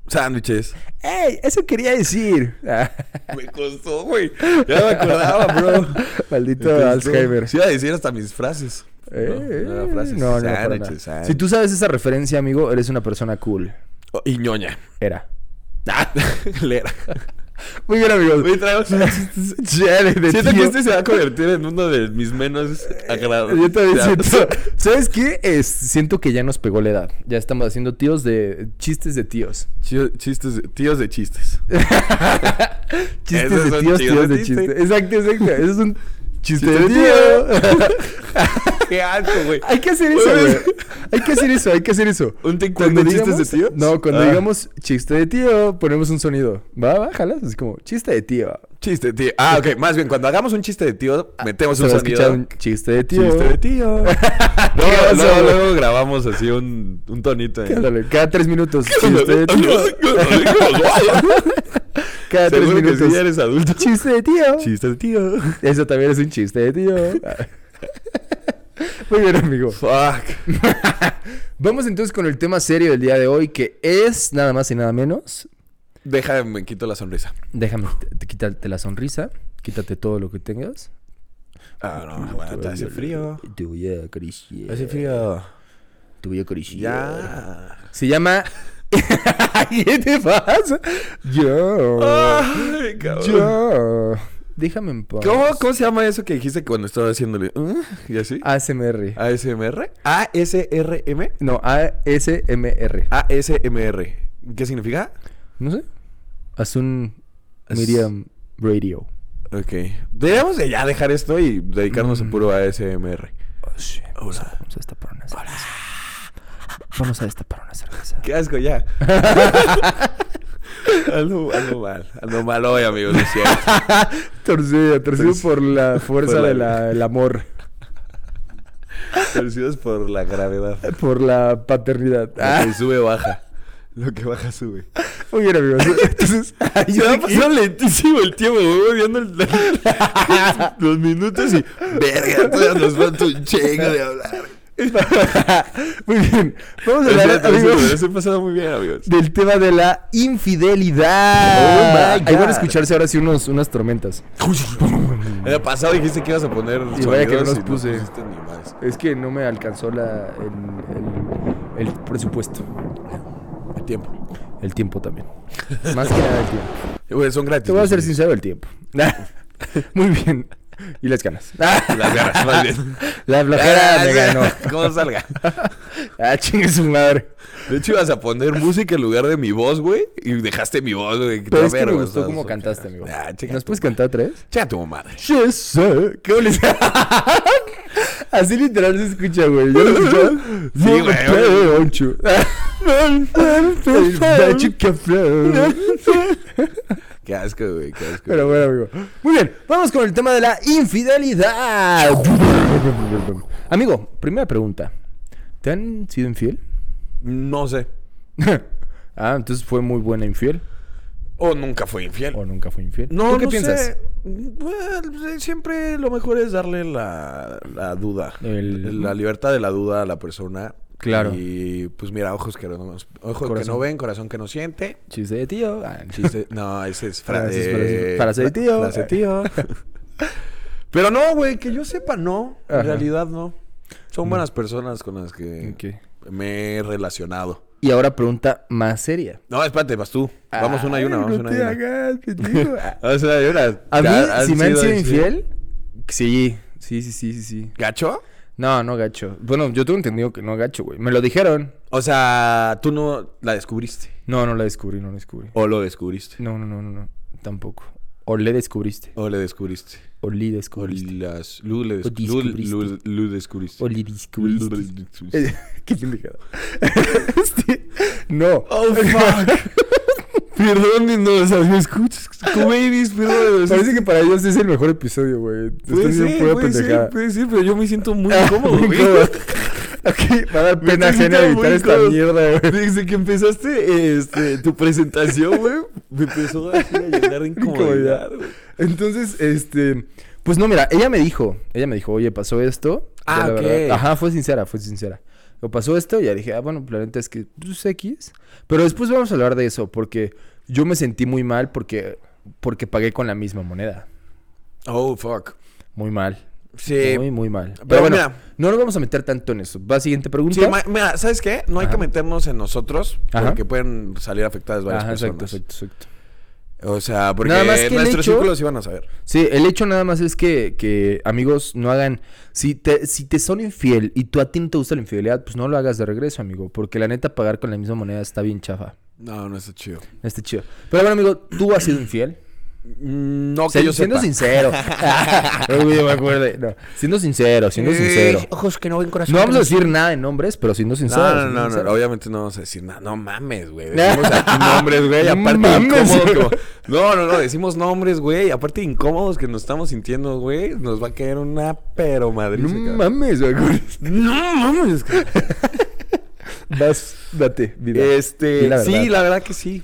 [SPEAKER 2] Sándwiches.
[SPEAKER 1] ¡Ey! Eso quería decir. Ah,
[SPEAKER 2] Me costó, güey. Ya me acordaba, bro.
[SPEAKER 1] Maldito
[SPEAKER 2] Me costó.
[SPEAKER 1] Alzheimer.
[SPEAKER 2] Sí, iba a decir hasta mis frases.
[SPEAKER 1] Eh,
[SPEAKER 2] No, no, frases.
[SPEAKER 1] no, no, para
[SPEAKER 2] Sándwiches,
[SPEAKER 1] nada.
[SPEAKER 2] sándwiches.
[SPEAKER 1] Si tú sabes esa referencia, amigo, eres una persona cool.
[SPEAKER 2] Oh, y ñoña.
[SPEAKER 1] Era.
[SPEAKER 2] Ah, lera.
[SPEAKER 1] Muy bien, amigos.
[SPEAKER 2] Güey, traigo- Siento
[SPEAKER 1] Chale, de
[SPEAKER 2] que
[SPEAKER 1] tío. Eh,
[SPEAKER 2] este se va a convertir en uno de mis menos agradables.
[SPEAKER 1] Yo también siento. ¿Sabes qué? Es- siento que ya nos pegó la edad. Ya estamos haciendo tíos de. chistes de tíos.
[SPEAKER 2] Chistes, de- tíos de chistes.
[SPEAKER 1] Chistes
[SPEAKER 2] Esos
[SPEAKER 1] de
[SPEAKER 2] son
[SPEAKER 1] tíos, tíos,
[SPEAKER 2] tíos
[SPEAKER 1] de
[SPEAKER 2] de
[SPEAKER 1] chistes.
[SPEAKER 2] chiste.
[SPEAKER 1] Exacto, exacto. Eso es un chiste,
[SPEAKER 2] Chiste
[SPEAKER 1] de
[SPEAKER 2] de
[SPEAKER 1] tío.
[SPEAKER 2] Qué alto, güey.
[SPEAKER 1] hay que hacer eso, güey. Hay que hacer eso, hay que hacer eso.
[SPEAKER 2] ¿Un TikTok
[SPEAKER 1] Cuando
[SPEAKER 2] de chistes de
[SPEAKER 1] digamos-
[SPEAKER 2] tíos?
[SPEAKER 1] No, cuando
[SPEAKER 2] Ah.
[SPEAKER 1] digamos chiste de tío, ponemos un sonido. Va, va, jalas. Es como chiste de tío.
[SPEAKER 2] Chiste de tío. Ah, ok. Más bien, cuando hagamos un chiste de tío,
[SPEAKER 1] Ah,
[SPEAKER 2] metemos
[SPEAKER 1] Se
[SPEAKER 2] un
[SPEAKER 1] va a escuchar
[SPEAKER 2] sonido.
[SPEAKER 1] un chiste de tío.
[SPEAKER 2] Chiste de tío.
[SPEAKER 1] Qué
[SPEAKER 2] luego,
[SPEAKER 1] oso,
[SPEAKER 2] luego,
[SPEAKER 1] güey.
[SPEAKER 2] luego grabamos así un, un tonito. ¿eh?
[SPEAKER 1] Ándale, Cada tres minutos, chiste de tío. Cada tres
[SPEAKER 2] Seguro que
[SPEAKER 1] minutos.
[SPEAKER 2] sí, ya eres adulto.
[SPEAKER 1] Chiste de tío.
[SPEAKER 2] Chiste de tío.
[SPEAKER 1] Eso también es un chiste de tío. Muy bien, amigo.
[SPEAKER 2] Fuck.
[SPEAKER 1] Vamos entonces con el tema serio del día de hoy, que es nada más y nada menos.
[SPEAKER 2] Déjame, me quito la sonrisa.
[SPEAKER 1] Déjame te- te- quitarte la sonrisa, quítate todo lo que tengas.
[SPEAKER 2] Ah, no, aguanta, hace frío.
[SPEAKER 1] Te voy a acariciar.
[SPEAKER 2] frío.
[SPEAKER 1] Te voy a acariciar.
[SPEAKER 2] Ya.
[SPEAKER 1] Se llama. ¿Qué te pasa? Yo.
[SPEAKER 2] Ay, cabrón.
[SPEAKER 1] yo. Déjame en paz.
[SPEAKER 2] Ah. ¿Cómo, ¿Cómo se llama eso que dijiste que cuando estaba haciéndole? "Uh", ¿Y así?
[SPEAKER 1] ASMR.
[SPEAKER 2] ASMR. ASRM.
[SPEAKER 1] No, ASMR.
[SPEAKER 2] Ah. ASMR. ¿Qué significa?
[SPEAKER 1] No sé. Asun
[SPEAKER 2] As-
[SPEAKER 1] Miriam Radio.
[SPEAKER 2] Ok. Deberíamos de ya dejar esto y dedicarnos a puro ASMR.
[SPEAKER 1] Vamos a, vamos a destapar una cerveza. Vamos a destapar una cerveza.
[SPEAKER 2] Qué asco ya. ando, ando mal. Ando mal hoy, amigos. lo siento.
[SPEAKER 1] Torcido, torcido por la fuerza
[SPEAKER 2] Por Pues, la-
[SPEAKER 1] del amor.
[SPEAKER 2] Torcidos por la gravedad.
[SPEAKER 1] Por la paternidad.
[SPEAKER 2] Lo que sube, baja. Lo que baja, sube.
[SPEAKER 1] muy bien, amigos. Entonces, ay,
[SPEAKER 2] Se
[SPEAKER 1] yo
[SPEAKER 2] va
[SPEAKER 1] dije-
[SPEAKER 2] pasando lentísimo el tiempo. Me voy viendo el- los minutos y... Verga, todavía nos falta un chingo de hablar.
[SPEAKER 1] muy bien. Vamos a
[SPEAKER 2] Lo
[SPEAKER 1] hablar,
[SPEAKER 2] siento, lo siento, pero
[SPEAKER 1] amigos,
[SPEAKER 2] se ha pasado muy bien, amigos.
[SPEAKER 1] del tema de la infidelidad.
[SPEAKER 2] Oh my
[SPEAKER 1] Ahí van a
[SPEAKER 2] God.
[SPEAKER 1] escucharse ahora sí unos, unas tormentas.
[SPEAKER 2] En el pasado dijiste que ibas a poner
[SPEAKER 1] Y vaya que no
[SPEAKER 2] sonidos
[SPEAKER 1] los
[SPEAKER 2] y
[SPEAKER 1] puse.
[SPEAKER 2] pusiste ni más.
[SPEAKER 1] Es que no me alcanzó la, el- el- el presupuesto.
[SPEAKER 2] El tiempo.
[SPEAKER 1] El tiempo también. Más que nada el tiempo.
[SPEAKER 2] Güey, son gratis.
[SPEAKER 1] Te voy a
[SPEAKER 2] los
[SPEAKER 1] ser
[SPEAKER 2] sonidos.
[SPEAKER 1] sincero el tiempo. Muy bien. Y las ganas.
[SPEAKER 2] Las garras, más bien.
[SPEAKER 1] La flojera me ganó.
[SPEAKER 2] Ah, ¿Cómo salga?
[SPEAKER 1] Ah, chingue su madre.
[SPEAKER 2] De hecho, ibas a poner música en lugar de mi voz, güey. Y dejaste mi voz, güey.
[SPEAKER 1] Pero es que me gustó cómo cantaste, amigo.
[SPEAKER 2] Ah, chica,
[SPEAKER 1] ¿Nos puedes cantar tres?
[SPEAKER 2] chica tu madre.
[SPEAKER 1] Yes, ¿Qué bolis? Así literal se escucha, güey. Yo lo escuchaba.
[SPEAKER 2] Sí, güey.
[SPEAKER 1] No me puedo, Onchu. El Magic Café.
[SPEAKER 2] Qué asco, güey, qué asco.
[SPEAKER 1] Pero bueno, amigo. Muy bien, vamos con el tema de la infidelidad. Amigo, primera pregunta. ¿Te han sido infiel?
[SPEAKER 2] No sé.
[SPEAKER 1] ah, entonces fue muy buena infiel
[SPEAKER 2] O nunca fue infiel.
[SPEAKER 1] o nunca fue infiel.
[SPEAKER 2] No,
[SPEAKER 1] ¿Tú qué
[SPEAKER 2] no
[SPEAKER 1] piensas?
[SPEAKER 2] sé. Bueno, pues, siempre lo mejor es darle la, la duda.
[SPEAKER 1] El-
[SPEAKER 2] La libertad de la duda a la persona.
[SPEAKER 1] Claro.
[SPEAKER 2] Y pues mira, ojos que no, ojos que
[SPEAKER 1] Corazón.
[SPEAKER 2] no ven, corazón que no siente.
[SPEAKER 1] Chiste de tío. Ah,
[SPEAKER 2] Chiste- no, ese es fra-
[SPEAKER 1] Frases,
[SPEAKER 2] eh,
[SPEAKER 1] frases, frase de tío.
[SPEAKER 2] Frase de tío. Pero no, güey, que yo sepa, no. En
[SPEAKER 1] Ajá. Mm.
[SPEAKER 2] realidad, no. Son buenas personas con las que
[SPEAKER 1] Ok.
[SPEAKER 2] me he relacionado.
[SPEAKER 1] eh, Y ahora pregunta más seria.
[SPEAKER 2] No, espérate, vas tú. Vamos una y una, vamos una y una. Vamos una y una.
[SPEAKER 1] A mí,
[SPEAKER 2] Ya, han
[SPEAKER 1] si me han sido
[SPEAKER 2] sí.
[SPEAKER 1] infiel, sí. Sí, sí, sí, sí, sí.
[SPEAKER 2] ¿Gacho?
[SPEAKER 1] No, no gacho. Bueno, yo tengo entendido que no gacho, güey. Me lo dijeron.
[SPEAKER 2] O sea, tú no la descubriste.
[SPEAKER 1] No, no la descubrí, no la descubrí.
[SPEAKER 2] O lo descubriste.
[SPEAKER 1] No, no, no, no, no. Tampoco. O le descubriste.
[SPEAKER 2] O le descubriste.
[SPEAKER 1] O li
[SPEAKER 2] O
[SPEAKER 1] descubriste.
[SPEAKER 2] las... Lu le
[SPEAKER 1] O
[SPEAKER 2] descubriste.
[SPEAKER 1] descubriste.
[SPEAKER 2] Lu, lu- lu descubriste.
[SPEAKER 1] O li
[SPEAKER 2] Lu-
[SPEAKER 1] descubriste. Eh,
[SPEAKER 2] lu- descubriste.
[SPEAKER 1] Qué pendejada. Este, no.
[SPEAKER 2] Oh, fuck. Perdónenos, escuchas. Babies, perdónenos.
[SPEAKER 1] Parece que para ellos es el mejor episodio, güey. Te Estoy
[SPEAKER 2] Puede
[SPEAKER 1] diciendo
[SPEAKER 2] ser,
[SPEAKER 1] pura
[SPEAKER 2] puede
[SPEAKER 1] pendejada. Ah,
[SPEAKER 2] ser, puede ser, pero yo me siento muy incómodo,
[SPEAKER 1] Muy
[SPEAKER 2] güey.
[SPEAKER 1] incómodo. Aquí va a dar
[SPEAKER 2] Me
[SPEAKER 1] pena
[SPEAKER 2] estoy
[SPEAKER 1] ajena
[SPEAKER 2] sintiendo muy
[SPEAKER 1] evitar esta
[SPEAKER 2] incómodo.
[SPEAKER 1] mierda, güey.
[SPEAKER 2] Desde que empezaste este, tu presentación, güey, me empezó a, así a llenar de incomodidad. güey.
[SPEAKER 1] Entonces, este. Pues no, mira, ella me dijo, ella me dijo, oye, pasó esto. Yo,
[SPEAKER 2] Ah,
[SPEAKER 1] la
[SPEAKER 2] ok.
[SPEAKER 1] verdad- Ajá, fue sincera, fue sincera. O pasó esto y ya dije, ah, bueno, la neta es que, pues, X. Pero después vamos a hablar de eso, porque yo me sentí muy mal porque, porque pagué con la misma moneda.
[SPEAKER 2] Oh, fuck.
[SPEAKER 1] Muy mal.
[SPEAKER 2] Sí.
[SPEAKER 1] muy, muy mal. Pero,
[SPEAKER 2] pero
[SPEAKER 1] bueno,
[SPEAKER 2] mira.
[SPEAKER 1] no nos vamos a meter tanto en eso. Va, siguiente pregunta.
[SPEAKER 2] Sí, ma- mira, ¿sabes qué? No hay
[SPEAKER 1] Ajá.
[SPEAKER 2] que meternos en nosotros
[SPEAKER 1] Ajá.
[SPEAKER 2] porque pueden salir afectadas varias
[SPEAKER 1] Ajá,
[SPEAKER 2] personas.
[SPEAKER 1] exacto, exacto, exacto.
[SPEAKER 2] O sea, porque
[SPEAKER 1] Nada más que el
[SPEAKER 2] nuestros
[SPEAKER 1] hecho-
[SPEAKER 2] círculos iban a saber.
[SPEAKER 1] Sí, el hecho nada más es que, que, amigos, no hagan. Si te, si te son infiel y tú a ti no te gusta la infidelidad, pues no lo hagas de regreso, amigo. Porque la neta, pagar con la misma moneda está bien chafa.
[SPEAKER 2] No, no está chido.
[SPEAKER 1] No Está chido. Pero bueno, amigo, tú has sido infiel.
[SPEAKER 2] Mm, No,
[SPEAKER 1] Se-
[SPEAKER 2] que yo
[SPEAKER 1] siendo
[SPEAKER 2] sepa.
[SPEAKER 1] sincero. no me acuerde. No, siendo sincero, siendo sincero.
[SPEAKER 2] Ojos que no ven corazón.
[SPEAKER 1] No vamos a decir nada en nombres, pero siendo sincero.
[SPEAKER 2] No, no,
[SPEAKER 1] siendo
[SPEAKER 2] no, no,
[SPEAKER 1] sincero.
[SPEAKER 2] obviamente no vamos a decir nada. No mames, güey. Decimos aquí nombres, güey. Aparte de
[SPEAKER 1] Mames.
[SPEAKER 2] incómodos. que- No, no, no, decimos nombres, güey. Aparte de incómodos que nos estamos sintiendo, güey. Nos va a caer una pero madriza,
[SPEAKER 1] No
[SPEAKER 2] cabrón.
[SPEAKER 1] mames, güey.
[SPEAKER 2] No mames. cabrón.
[SPEAKER 1] Vas, date, vida. Di
[SPEAKER 2] Este,
[SPEAKER 1] la
[SPEAKER 2] sí,
[SPEAKER 1] verdad.
[SPEAKER 2] la verdad que sí.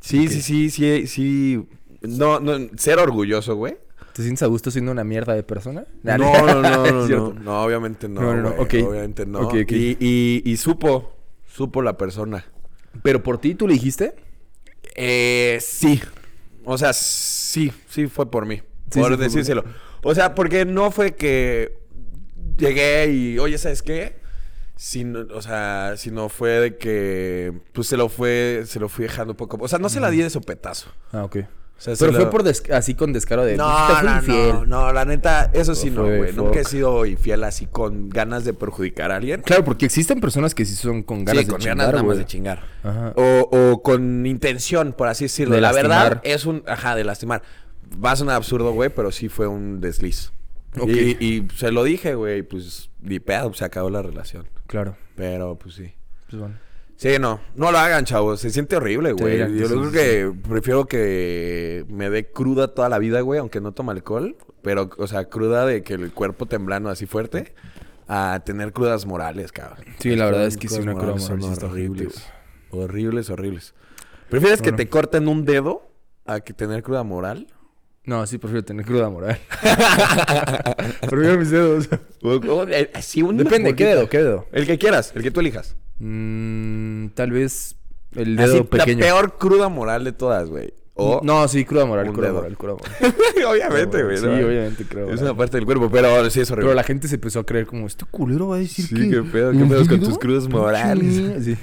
[SPEAKER 2] Sí,
[SPEAKER 1] Ok.
[SPEAKER 2] sí, sí, sí, sí. No, no, ser orgulloso, güey.
[SPEAKER 1] ¿Te sientes a gusto siendo una mierda de persona?
[SPEAKER 2] No, no, no,
[SPEAKER 1] Es
[SPEAKER 2] no,
[SPEAKER 1] cierto.
[SPEAKER 2] no, no, obviamente no.
[SPEAKER 1] No, no, no,
[SPEAKER 2] güey,
[SPEAKER 1] ok.
[SPEAKER 2] Obviamente no.
[SPEAKER 1] Ok, ok.
[SPEAKER 2] Y, y, y supo, supo la persona.
[SPEAKER 1] ¿Pero por ti tú le dijiste?
[SPEAKER 2] Eh, sí. O sea, sí, sí fue por mí.
[SPEAKER 1] Sí, sí fue
[SPEAKER 2] por
[SPEAKER 1] por
[SPEAKER 2] decírselo. O sea, porque no fue que llegué y, oye, ¿sabes qué? Sino, o sea, sino fue de que pues se lo fue, se lo fui dejando poco a poco. O sea, no se la di de sopetazo.
[SPEAKER 1] Ah, ok.
[SPEAKER 2] O sea, se
[SPEAKER 1] Pero fue
[SPEAKER 2] lo-
[SPEAKER 1] por des- así con descaro de... "Pues, te
[SPEAKER 2] no,
[SPEAKER 1] fui
[SPEAKER 2] no,
[SPEAKER 1] infiel".
[SPEAKER 2] no, no, la neta, eso sí no,
[SPEAKER 1] Fue
[SPEAKER 2] güey. Nunca he
[SPEAKER 1] fuck.
[SPEAKER 2] sido infiel así con ganas de perjudicar a alguien.
[SPEAKER 1] Claro, porque existen personas que sí son con ganas
[SPEAKER 2] sí,
[SPEAKER 1] de
[SPEAKER 2] con
[SPEAKER 1] chingar,
[SPEAKER 2] ganas nada más
[SPEAKER 1] güey.
[SPEAKER 2] de chingar.
[SPEAKER 1] Ajá.
[SPEAKER 2] O, o con intención, por así decirlo.
[SPEAKER 1] De
[SPEAKER 2] la
[SPEAKER 1] lastimar.
[SPEAKER 2] verdad es un... Ajá, de lastimar. Va a sonar absurdo, güey, pero sí fue un desliz.
[SPEAKER 1] Ok.
[SPEAKER 2] Y, y se lo dije, güey, pues... Ni pedo, se acabó la relación.
[SPEAKER 1] Claro.
[SPEAKER 2] Pero, pues sí.
[SPEAKER 1] Pues bueno.
[SPEAKER 2] Sí, no. No lo hagan, chavos. Se siente horrible, güey.
[SPEAKER 1] dirán que
[SPEAKER 2] Yo
[SPEAKER 1] sí,
[SPEAKER 2] creo que prefiero que me dé cruda toda la vida, güey, aunque no toma alcohol. Pero, o sea, cruda de que el cuerpo temblano así fuerte. A tener crudas morales, cabrón.
[SPEAKER 1] Sí, la verdad es
[SPEAKER 2] Las
[SPEAKER 1] que sí,
[SPEAKER 2] crudas
[SPEAKER 1] una cruda
[SPEAKER 2] morales son
[SPEAKER 1] moral sí está
[SPEAKER 2] horribles.
[SPEAKER 1] horrible,
[SPEAKER 2] Horribles, horribles. ¿Prefieres que te corten un dedo a que tener cruda moral?
[SPEAKER 1] No, sí, prefiero tener cruda moral. prefiero mis dedos.
[SPEAKER 2] O- o- eh, así una
[SPEAKER 1] Depende, ¿qué
[SPEAKER 2] forquita.
[SPEAKER 1] dedo? ¿Qué dedo?
[SPEAKER 2] El que quieras, el que tú elijas.
[SPEAKER 1] Mm, tal vez el
[SPEAKER 2] Así,
[SPEAKER 1] dedo pequeño.
[SPEAKER 2] La peor cruda moral de todas, güey. O...
[SPEAKER 1] No, sí, cruda moral,
[SPEAKER 2] un
[SPEAKER 1] cruda
[SPEAKER 2] dedo.
[SPEAKER 1] moral, cruda moral.
[SPEAKER 2] obviamente, güey.
[SPEAKER 1] Sí,
[SPEAKER 2] ¿no?
[SPEAKER 1] obviamente, creo.
[SPEAKER 2] Es una parte del cuerpo, pero sí es horrible.
[SPEAKER 1] Pero la gente se empezó a creer como, este culero va a decir
[SPEAKER 2] Sí,
[SPEAKER 1] que...
[SPEAKER 2] qué pedo, qué pedos con tus crudas
[SPEAKER 1] Pinche
[SPEAKER 2] morales.
[SPEAKER 1] mierda. Sí.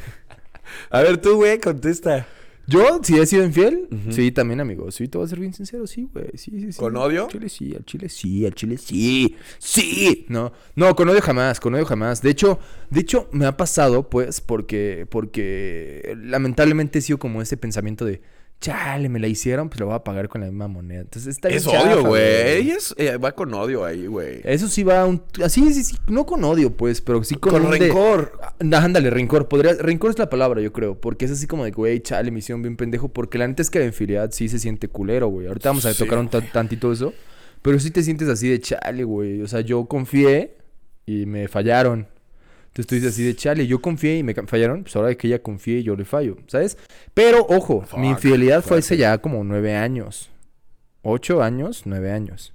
[SPEAKER 2] A ver, tú, güey, contesta.
[SPEAKER 1] Yo, si he sido infiel, sí, también, amigo. Sí, te voy a ser bien sincero, sí, güey. Sí, sí, sí.
[SPEAKER 2] ¿Con odio?
[SPEAKER 1] Al chile sí, al chile sí, al chile sí. ¡Sí! No, no, con odio jamás, con odio jamás. De hecho, de hecho, me ha pasado, pues, porque, porque lamentablemente he sido como ese pensamiento de, chale, me la hicieron, pues lo voy a pagar con la misma moneda. Entonces está bien
[SPEAKER 2] Es
[SPEAKER 1] chafa,
[SPEAKER 2] odio, güey. Ella es- eh, va con odio ahí, güey.
[SPEAKER 1] Eso sí va un... Así, sí, sí, no con odio, pues, pero sí con...
[SPEAKER 2] Con
[SPEAKER 1] un de-
[SPEAKER 2] rencor.
[SPEAKER 1] Ah, ándale, rencor. Podría... Rencor es la palabra, yo creo. Porque es así como de, güey, chale, me hicieron bien pendejo. Porque la neta es que la infidelidad sí se siente culero, güey. Ahorita vamos a
[SPEAKER 2] Sí,
[SPEAKER 1] tocar un ta- tantito eso. Pero sí te sientes así de chale, güey. O sea, yo confié y me fallaron. Entonces tú dices así de chale, yo confié y me ca- fallaron. Pues ahora que ella confíe, yo le fallo, ¿sabes? Pero ojo, mi
[SPEAKER 2] Fuck,
[SPEAKER 1] infidelidad fue
[SPEAKER 2] fuerte.
[SPEAKER 1] hace ya como nueve años. Ocho años, nueve años.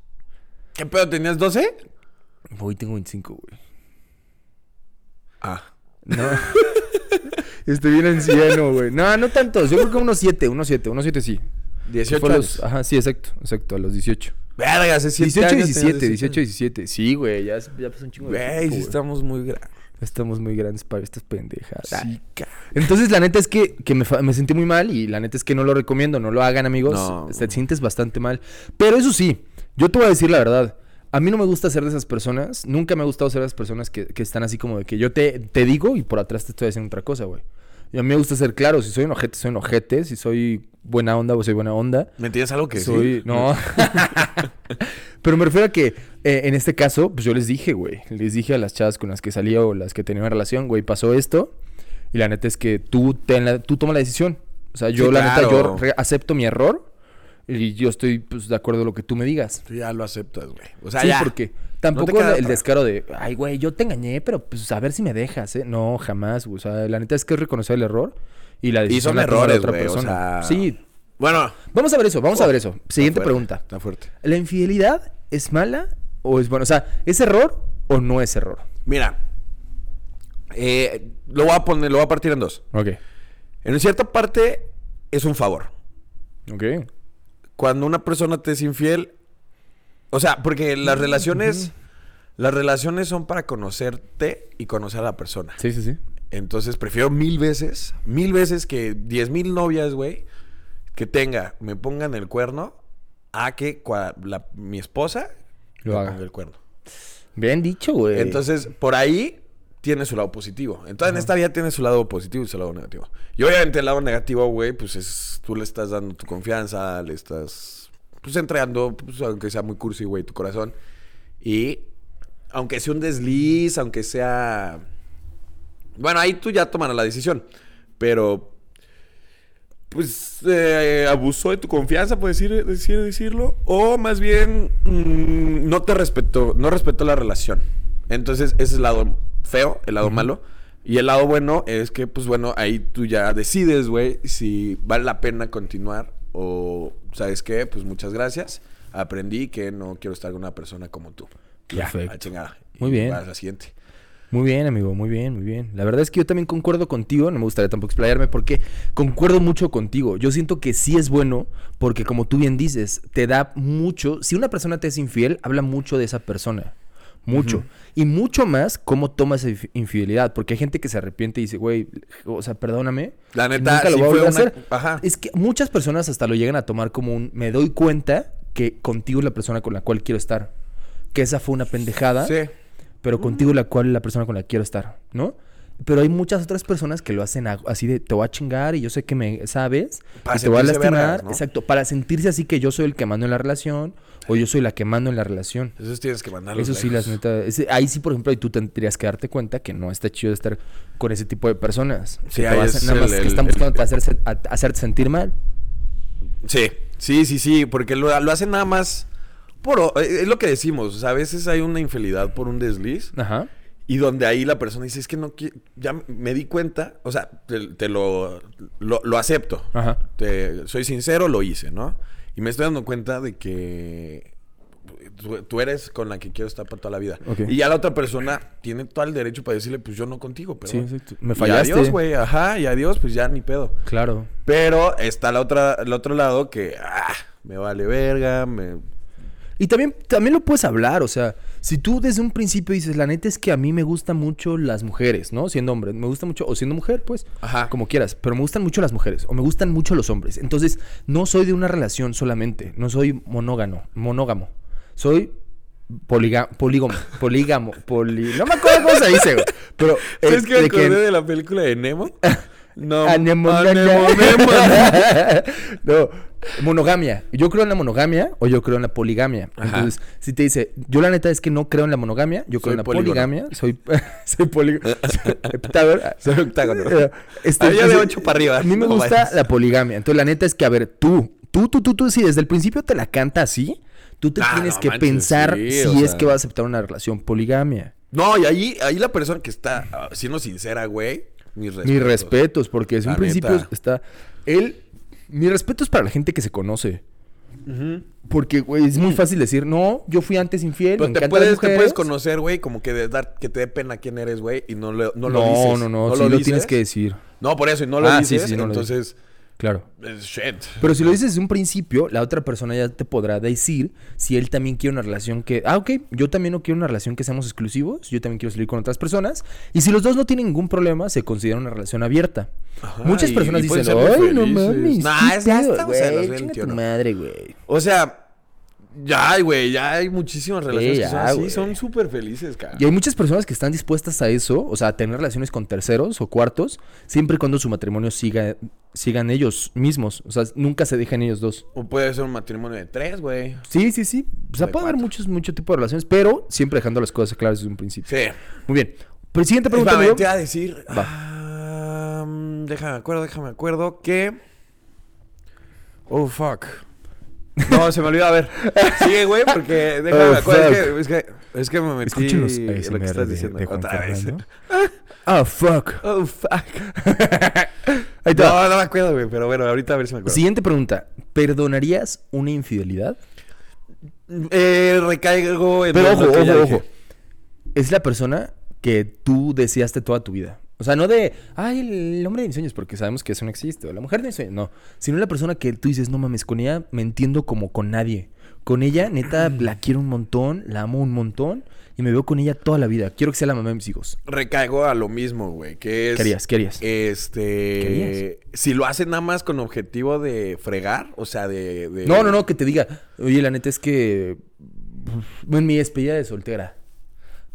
[SPEAKER 2] ¿Qué pedo? ¿Tenías 12?
[SPEAKER 1] Hoy tengo 25, güey.
[SPEAKER 2] Ah.
[SPEAKER 1] No. Estoy bien anciano, güey. No, no tantos. Yo creo que unos 7, unos 7, unos 7 sí.
[SPEAKER 2] 18
[SPEAKER 1] Fue a los- ah,
[SPEAKER 2] años.
[SPEAKER 1] Ajá, sí, exacto, exacto, a los 18.
[SPEAKER 2] Verga, hace 7
[SPEAKER 1] 18,
[SPEAKER 2] años
[SPEAKER 1] 17,
[SPEAKER 2] tenías
[SPEAKER 1] 18, 17. Sí, güey, ya, es- ya pasó un chingo de
[SPEAKER 2] Güey,
[SPEAKER 1] tiempo,
[SPEAKER 2] sí
[SPEAKER 1] güey.
[SPEAKER 2] estamos muy grandes.
[SPEAKER 1] Estamos muy grandes para estas pendejas.
[SPEAKER 2] Sí, ca-
[SPEAKER 1] Entonces, la neta es que, que me, fa- me sentí muy mal y la neta es que no lo recomiendo, no lo hagan, amigos.
[SPEAKER 2] No.
[SPEAKER 1] Te sientes bastante mal. Pero eso sí, yo te voy a decir la verdad. A mí no me gusta ser de esas personas. Nunca me ha gustado ser de esas personas que, que están así como de que yo te, te digo y por atrás te estoy haciendo otra cosa, güey. Y a mí me gusta ser claro. Si soy un ojete, soy un ojete. Si soy buena onda, pues soy buena onda.
[SPEAKER 2] ¿Me entiendes algo que
[SPEAKER 1] Soy-
[SPEAKER 2] sí?
[SPEAKER 1] No. Pero me refiero a que eh, en este caso, pues yo les dije, güey. Les dije a las chavas con las que salía o las que tenía una relación, güey, pasó esto. Y la neta es que tú, ten la- tú toma la decisión. O sea, yo
[SPEAKER 2] Sí,
[SPEAKER 1] la neta, yo
[SPEAKER 2] claro.
[SPEAKER 1] re- acepto mi error. Y yo estoy pues, de acuerdo a lo que tú me digas.
[SPEAKER 2] Tú ya lo aceptas, güey. O sea,
[SPEAKER 1] sí,
[SPEAKER 2] ya.
[SPEAKER 1] porque tampoco
[SPEAKER 2] queda
[SPEAKER 1] el
[SPEAKER 2] otra.
[SPEAKER 1] descaro de, ay, güey, yo te engañé, pero pues a ver si me dejas, ¿eh? No, jamás, güey. O sea, la neta es que es reconocer el error y la decisión
[SPEAKER 2] son
[SPEAKER 1] la toma la
[SPEAKER 2] errores,
[SPEAKER 1] otra
[SPEAKER 2] güey, o
[SPEAKER 1] persona.
[SPEAKER 2] sea,
[SPEAKER 1] Sí.
[SPEAKER 2] Bueno.
[SPEAKER 1] Vamos a ver eso, vamos a ver eso. Siguiente
[SPEAKER 2] está fuerte,
[SPEAKER 1] pregunta.
[SPEAKER 2] Está fuerte.
[SPEAKER 1] ¿La infidelidad es mala o es buena? O sea, ¿es error o no es error?
[SPEAKER 2] Mira. eh, lo voy a poner, lo voy a partir en dos.
[SPEAKER 1] Ok.
[SPEAKER 2] En cierta parte es un favor.
[SPEAKER 1] Ok.
[SPEAKER 2] Cuando una persona te es infiel, o sea, porque las relaciones las relaciones son para conocerte y conocer a la persona.
[SPEAKER 1] Sí, sí, sí.
[SPEAKER 2] Entonces prefiero mil veces, mil veces que diez mil novias, güey, que tenga, me pongan el cuerno, a que cua- la- mi esposa
[SPEAKER 1] Lo
[SPEAKER 2] me
[SPEAKER 1] haga.
[SPEAKER 2] ponga el cuerno.
[SPEAKER 1] Bien dicho, güey.
[SPEAKER 2] Entonces, por ahí tiene su lado positivo. Entonces, en esta vida tiene su lado positivo y su lado negativo. Y obviamente el lado negativo, güey, pues es tú le estás dando tu confianza, le estás pues entregando, pues, aunque sea muy cursi, güey, tu corazón. Y aunque sea un desliz, aunque sea bueno, ahí tú ya tomarás la decisión, pero pues eh, abusó de tu confianza, puedes decir, decir- decirlo, o más bien mm, no te respetó, no respetó la relación. Entonces, ese es el lado feo, el lado malo. Y el lado bueno es que, pues bueno, ahí tú ya decides, güey, si vale la pena continuar o, ¿sabes qué? Pues muchas gracias. Aprendí que no quiero estar con una persona como tú. Ya, a
[SPEAKER 1] Perfecto.
[SPEAKER 2] chingada.
[SPEAKER 1] Muy
[SPEAKER 2] Y
[SPEAKER 1] bien.
[SPEAKER 2] vas a la siguiente.
[SPEAKER 1] Muy bien, amigo, muy bien, muy bien. La verdad es que yo también concuerdo contigo, no me gustaría tampoco explayarme porque concuerdo mucho contigo. Yo siento que sí es bueno porque como tú bien dices, te da mucho, si una persona te es infiel, habla mucho de esa persona. Mucho. Y mucho más cómo toma esa inf- infidelidad. Porque hay gente que se arrepiente y dice, güey, o sea, perdóname.
[SPEAKER 2] La
[SPEAKER 1] y
[SPEAKER 2] neta,
[SPEAKER 1] nunca lo
[SPEAKER 2] sí
[SPEAKER 1] voy a
[SPEAKER 2] fue
[SPEAKER 1] volver a
[SPEAKER 2] una-
[SPEAKER 1] hacer.
[SPEAKER 2] ajá.
[SPEAKER 1] Es que muchas personas hasta lo llegan a tomar como un, me doy cuenta que contigo es la persona con la cual quiero estar. Que esa fue una pendejada
[SPEAKER 2] Sí.
[SPEAKER 1] pero contigo la cual la persona con la que quiero estar, ¿no? Pero hay muchas otras personas que lo hacen a- así de te voy a chingar y yo sé que me sabes
[SPEAKER 2] Para
[SPEAKER 1] y te voy a
[SPEAKER 2] sentirse
[SPEAKER 1] lastimar,
[SPEAKER 2] vergas, ¿no?
[SPEAKER 1] exacto, para sentirse así que yo soy el que mando en la relación o yo soy la que mando en la relación.
[SPEAKER 2] Esos tienes que mandarlos.
[SPEAKER 1] Eso sí,
[SPEAKER 2] lejos.
[SPEAKER 1] las neta, ese- ahí sí, por ejemplo, ahí tú tendrías que darte cuenta que no está chido estar con ese tipo de personas.
[SPEAKER 2] Sí,
[SPEAKER 1] que te
[SPEAKER 2] ahí
[SPEAKER 1] vas-
[SPEAKER 2] es
[SPEAKER 1] nada
[SPEAKER 2] el-
[SPEAKER 1] más
[SPEAKER 2] el-
[SPEAKER 1] que están
[SPEAKER 2] el-
[SPEAKER 1] buscando hacerse- a- hacerte sentir mal.
[SPEAKER 2] Sí, sí, sí, sí, porque lo, lo hacen nada más por... o- eh, Es lo que decimos, o sea, a veces hay una infidelidad por un desliz
[SPEAKER 1] Ajá.
[SPEAKER 2] y donde ahí la persona dice, es que no qui- ya me di cuenta, o sea, te, te lo, lo, lo acepto,
[SPEAKER 1] Ajá.
[SPEAKER 2] Te- soy sincero, lo hice, ¿no? Y me estoy dando cuenta de que tú, tú eres con la que quiero estar para toda la vida.
[SPEAKER 1] Ok.
[SPEAKER 2] Y ya la otra persona tiene todo el derecho para decirle, pues yo no contigo, pero...
[SPEAKER 1] Sí, exacto. Me
[SPEAKER 2] Y
[SPEAKER 1] fallaste.
[SPEAKER 2] adiós, güey, ajá, y adiós, pues ya ni pedo.
[SPEAKER 1] Claro.
[SPEAKER 2] Pero está la otra, el otro lado que ah, me vale verga, me.
[SPEAKER 1] Y también, también lo puedes hablar, o sea, si tú desde un principio dices, la neta es que a mí me gustan mucho las mujeres, ¿no? Siendo hombre, me gusta mucho, o siendo mujer, pues,
[SPEAKER 2] Ajá.
[SPEAKER 1] como quieras, pero me gustan mucho las mujeres, o me gustan mucho los hombres. Entonces, no soy de una relación solamente, no soy monógamo, monógamo. Soy poliga- polígamo, polígamo, poli... No me acuerdo cómo se dice, güey. Pero, eh,
[SPEAKER 2] ¿Sabes qué me
[SPEAKER 1] de que- Ah,
[SPEAKER 2] acordé de la película de Nemo? No.
[SPEAKER 1] Anemonema.
[SPEAKER 2] Anemonema.
[SPEAKER 1] no, monogamia. Yo creo en la monogamia o yo creo en la poligamia.
[SPEAKER 2] Ajá.
[SPEAKER 1] Entonces, si te dice, yo la neta es que no creo en la monogamia, yo creo
[SPEAKER 2] Soy
[SPEAKER 1] en la
[SPEAKER 2] polígono.
[SPEAKER 1] poligamia. Soy, soy polígono. Heptador.
[SPEAKER 2] Soy octágono.
[SPEAKER 1] Eh, este,
[SPEAKER 2] Había de
[SPEAKER 1] entonces,
[SPEAKER 2] ocho para arriba.
[SPEAKER 1] A mí me
[SPEAKER 2] No
[SPEAKER 1] gusta
[SPEAKER 2] vayas.
[SPEAKER 1] la poligamia. Entonces, la neta es que, a ver, tú, tú, tú, tú, tú, si desde el principio te la canta así, tú te
[SPEAKER 2] Ah,
[SPEAKER 1] tienes
[SPEAKER 2] no
[SPEAKER 1] que
[SPEAKER 2] manches,
[SPEAKER 1] pensar
[SPEAKER 2] sí,
[SPEAKER 1] si
[SPEAKER 2] o
[SPEAKER 1] es
[SPEAKER 2] sea.
[SPEAKER 1] que vas a aceptar una relación poligamia.
[SPEAKER 2] No, y ahí, ahí la persona que está ah, siendo sincera, güey. Mis respetos.
[SPEAKER 1] Mis respetos, porque desde
[SPEAKER 2] La
[SPEAKER 1] un principio
[SPEAKER 2] neta.
[SPEAKER 1] está. Él. Mis respetos para la gente que se conoce.
[SPEAKER 2] Ujú.
[SPEAKER 1] Porque, güey, es muy fácil decir, no, yo fui antes infiel.
[SPEAKER 2] Mm. Pero
[SPEAKER 1] me
[SPEAKER 2] te
[SPEAKER 1] encantan las
[SPEAKER 2] puedes, te
[SPEAKER 1] mujeres".
[SPEAKER 2] puedes conocer, güey, como que, de dar, que te dé pena quién eres, güey, y no lo,
[SPEAKER 1] No,
[SPEAKER 2] no lo dices.
[SPEAKER 1] no, no, sí lo, tienes
[SPEAKER 2] dices.
[SPEAKER 1] que decir.
[SPEAKER 2] No, por eso, y no lo
[SPEAKER 1] Ah, sí,
[SPEAKER 2] dices,
[SPEAKER 1] sí, no lo
[SPEAKER 2] entonces,
[SPEAKER 1] Claro.
[SPEAKER 2] eh, shit.
[SPEAKER 1] Pero si lo dices desde un principio, la otra persona ya te podrá decir si él también quiere una relación que. Ah, ok, yo también no quiero una relación que seamos exclusivos. Yo también quiero salir con otras personas. Y si los dos no tienen ningún problema, se considera una relación abierta.
[SPEAKER 2] Ajá,
[SPEAKER 1] Muchas
[SPEAKER 2] y-
[SPEAKER 1] personas
[SPEAKER 2] y pueden
[SPEAKER 1] dicen,
[SPEAKER 2] ser muy
[SPEAKER 1] ay, no
[SPEAKER 2] felices".
[SPEAKER 1] mames.
[SPEAKER 2] Nah,
[SPEAKER 1] qué
[SPEAKER 2] es- ya
[SPEAKER 1] pedo,
[SPEAKER 2] estamos en
[SPEAKER 1] güey,
[SPEAKER 2] los
[SPEAKER 1] chinga tu
[SPEAKER 2] 21.
[SPEAKER 1] madre, güey.
[SPEAKER 2] O sea, ya hay, güey, ya hay muchísimas relaciones que son
[SPEAKER 1] ya,
[SPEAKER 2] así,
[SPEAKER 1] güey.
[SPEAKER 2] son súper felices, cara.
[SPEAKER 1] Y hay muchas personas que están dispuestas a eso, o sea, a tener relaciones con terceros o cuartos, siempre y cuando su matrimonio siga, sigan ellos mismos. O sea, nunca se dejan ellos dos.
[SPEAKER 2] O puede ser un matrimonio de tres, güey.
[SPEAKER 1] Sí, sí, sí. O sea,
[SPEAKER 2] De
[SPEAKER 1] puede haber
[SPEAKER 2] cuatro.
[SPEAKER 1] muchos, mucho tipo de relaciones, pero siempre dejando las cosas claras desde un principio.
[SPEAKER 2] Sí.
[SPEAKER 1] Muy bien. Pero siguiente pregunta.
[SPEAKER 2] Va,
[SPEAKER 1] amigo.
[SPEAKER 2] te iba a decir.
[SPEAKER 1] Va.
[SPEAKER 2] ah, mm, déjame acuerdo, déjame acuerdo que. Oh, fuck. No, se me olvidó. A ver. Sigue, güey, porque déjame
[SPEAKER 1] Oh, eh,
[SPEAKER 2] acuerdo. Es que, es que, es que me metí
[SPEAKER 1] Escúchenos
[SPEAKER 2] en lo
[SPEAKER 1] ASMR
[SPEAKER 2] que
[SPEAKER 1] de-
[SPEAKER 2] estás diciendo.
[SPEAKER 1] de Juan
[SPEAKER 2] Otra vez.
[SPEAKER 1] Fernando. Ah, fuck.
[SPEAKER 2] Oh, fuck.
[SPEAKER 1] Ahí te va.
[SPEAKER 2] No, no me acuerdo, güey, pero bueno, ahorita a ver si me acuerdo.
[SPEAKER 1] Siguiente pregunta. ¿Perdonarías una infidelidad?
[SPEAKER 2] Eh, recaigo en
[SPEAKER 1] Pero
[SPEAKER 2] lo
[SPEAKER 1] ojo,
[SPEAKER 2] que ya
[SPEAKER 1] ojo,
[SPEAKER 2] dije.
[SPEAKER 1] ojo. Es la persona que tú deseaste toda tu vida. O sea, no de, ay, el hombre de mis sueños, porque sabemos que eso no existe, o la mujer de mis sueños, no. Sino la persona que tú dices, no mames, con ella me entiendo como con nadie. Con ella, neta, la quiero un montón, la amo un montón y me veo con ella toda la vida. Quiero que sea la mamá de mis hijos.
[SPEAKER 2] Recaigo a lo mismo, güey, que es...
[SPEAKER 1] ¿Qué harías? ¿Qué harías?
[SPEAKER 2] Este. Si lo hacen nada más con objetivo de fregar, o sea, de. de-
[SPEAKER 1] No, no, no, que te diga, oye, la neta es que uf, en mi despedida de soltera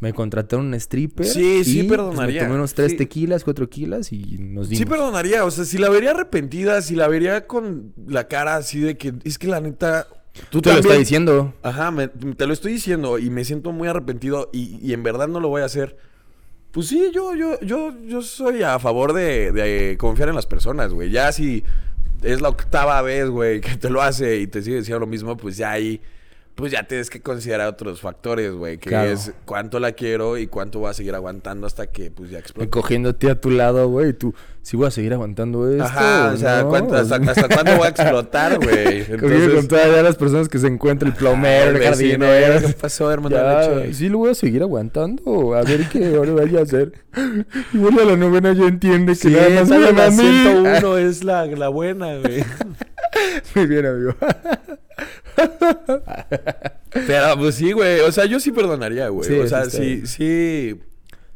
[SPEAKER 1] me contrataron un stripper.
[SPEAKER 2] Sí, sí
[SPEAKER 1] y, pues,
[SPEAKER 2] perdonaría.
[SPEAKER 1] me tomé unos tres
[SPEAKER 2] Sí.
[SPEAKER 1] tequilas, cuatro kilas y nos dimos.
[SPEAKER 2] Sí perdonaría, o sea, si la vería arrepentida, si la vería con la cara así de que es que la neta. Tú
[SPEAKER 1] Te lo
[SPEAKER 2] también-
[SPEAKER 1] está diciendo.
[SPEAKER 2] Ajá, me- te lo estoy diciendo y me siento muy arrepentido y, y en verdad no lo voy a hacer. Pues sí, yo, yo, yo, yo soy a favor de, de confiar en las personas, güey. Ya si es la octava vez, güey, que te lo hace y te sigue diciendo lo mismo, pues ya ahí, pues ya tienes que considerar otros factores, güey, que
[SPEAKER 1] Claro.
[SPEAKER 2] es cuánto la quiero y cuánto voy a seguir aguantando hasta que, pues ya explote.
[SPEAKER 1] Cogiéndote a tu lado, güey. y Tú, si voy a seguir aguantando esto.
[SPEAKER 2] Ajá, o sea,
[SPEAKER 1] no?
[SPEAKER 2] ¿cuánto- hasta, hasta cuándo voy a explotar, güey?
[SPEAKER 1] Convive con todas las personas que se encuentra el plomero, el
[SPEAKER 2] Ay, vecino,
[SPEAKER 1] jardinero.
[SPEAKER 2] ¿qué pasó, hermano?
[SPEAKER 1] Ya,
[SPEAKER 2] Leche.
[SPEAKER 1] sí, lo voy a seguir aguantando. A ver qué ahora vaya a hacer. Igual a la novena ya entiende que nada más me ama a mí.
[SPEAKER 2] es la, la buena, güey.
[SPEAKER 1] Muy bien, amigo.
[SPEAKER 2] Pero pues sí, güey. O sea, yo sí perdonaría, güey.
[SPEAKER 1] Sí,
[SPEAKER 2] o sea,
[SPEAKER 1] sí está
[SPEAKER 2] sí,
[SPEAKER 1] bien.
[SPEAKER 2] sí.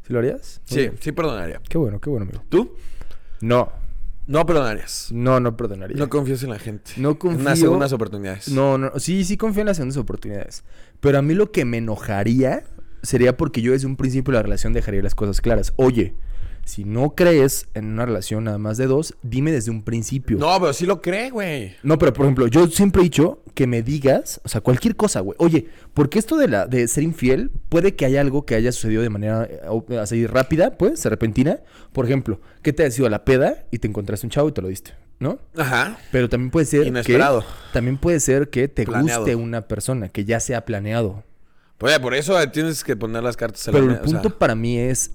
[SPEAKER 1] ¿Sí lo harías? Muy
[SPEAKER 2] Sí,
[SPEAKER 1] bien.
[SPEAKER 2] sí perdonaría.
[SPEAKER 1] Qué bueno, qué bueno, amigo.
[SPEAKER 2] ¿Tú?
[SPEAKER 1] No,
[SPEAKER 2] No perdonarías.
[SPEAKER 1] no, no perdonaría.
[SPEAKER 2] No confías en la gente.
[SPEAKER 1] No
[SPEAKER 2] En las
[SPEAKER 1] confío-
[SPEAKER 2] segundas oportunidades.
[SPEAKER 1] No, no, sí, sí confío en las segundas oportunidades. Pero a mí lo que me enojaría sería porque yo desde un principio de la relación dejaría las cosas claras. Oye, si no crees en una relación nada más de dos, dime desde un principio.
[SPEAKER 2] No, pero sí lo cree, güey.
[SPEAKER 1] No, pero por ejemplo, yo siempre he dicho que me digas, o sea, cualquier cosa, güey. Oye, porque esto de la de ser infiel puede que haya algo que haya sucedido de manera eh, o- así rápida, pues, repentina. Por ejemplo, que te has ido a la peda y te encontraste un chavo y te lo diste, ¿no?
[SPEAKER 2] Ajá.
[SPEAKER 1] Pero también puede ser
[SPEAKER 2] Inesperado.
[SPEAKER 1] que también puede ser que te
[SPEAKER 2] Planeado.
[SPEAKER 1] guste una persona, que ya sea planeado.
[SPEAKER 2] Pues por eso eh, tienes que poner las cartas en
[SPEAKER 1] Pero
[SPEAKER 2] la
[SPEAKER 1] el
[SPEAKER 2] mesa, o sea.
[SPEAKER 1] punto para mí es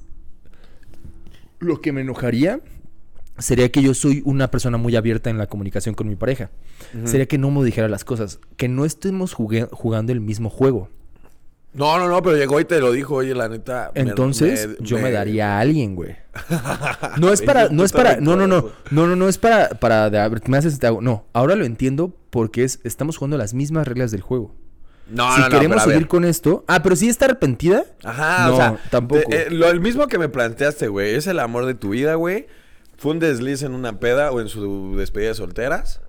[SPEAKER 1] lo que me enojaría sería que yo soy una persona muy abierta en la comunicación con mi pareja. Sería que no me dijera las cosas, que no estemos jugue- jugando el mismo juego.
[SPEAKER 2] No, no, no, pero llegó y te lo dijo, oye, la neta. me-
[SPEAKER 1] Entonces,
[SPEAKER 2] me-
[SPEAKER 1] yo me...
[SPEAKER 2] me- Ah,
[SPEAKER 1] daría a alguien, güey. No es para, no es
[SPEAKER 2] Puta
[SPEAKER 1] para, no, no, no,
[SPEAKER 2] recuerdo.
[SPEAKER 1] no, no, no es para, para, de- a ver, me haces, te hago. No, ahora lo entiendo porque es, estamos jugando las mismas reglas del juego.
[SPEAKER 2] No,
[SPEAKER 1] si
[SPEAKER 2] Ah, no, no,
[SPEAKER 1] queremos
[SPEAKER 2] pero a ver.
[SPEAKER 1] seguir con esto, ah, pero si está arrepentida,
[SPEAKER 2] Ajá,
[SPEAKER 1] No,
[SPEAKER 2] o sea,
[SPEAKER 1] tampoco.
[SPEAKER 2] te- eh, lo el mismo que me planteaste, güey, es el amor de tu vida, güey. Fue un desliz en una peda o en su despedida de solteras.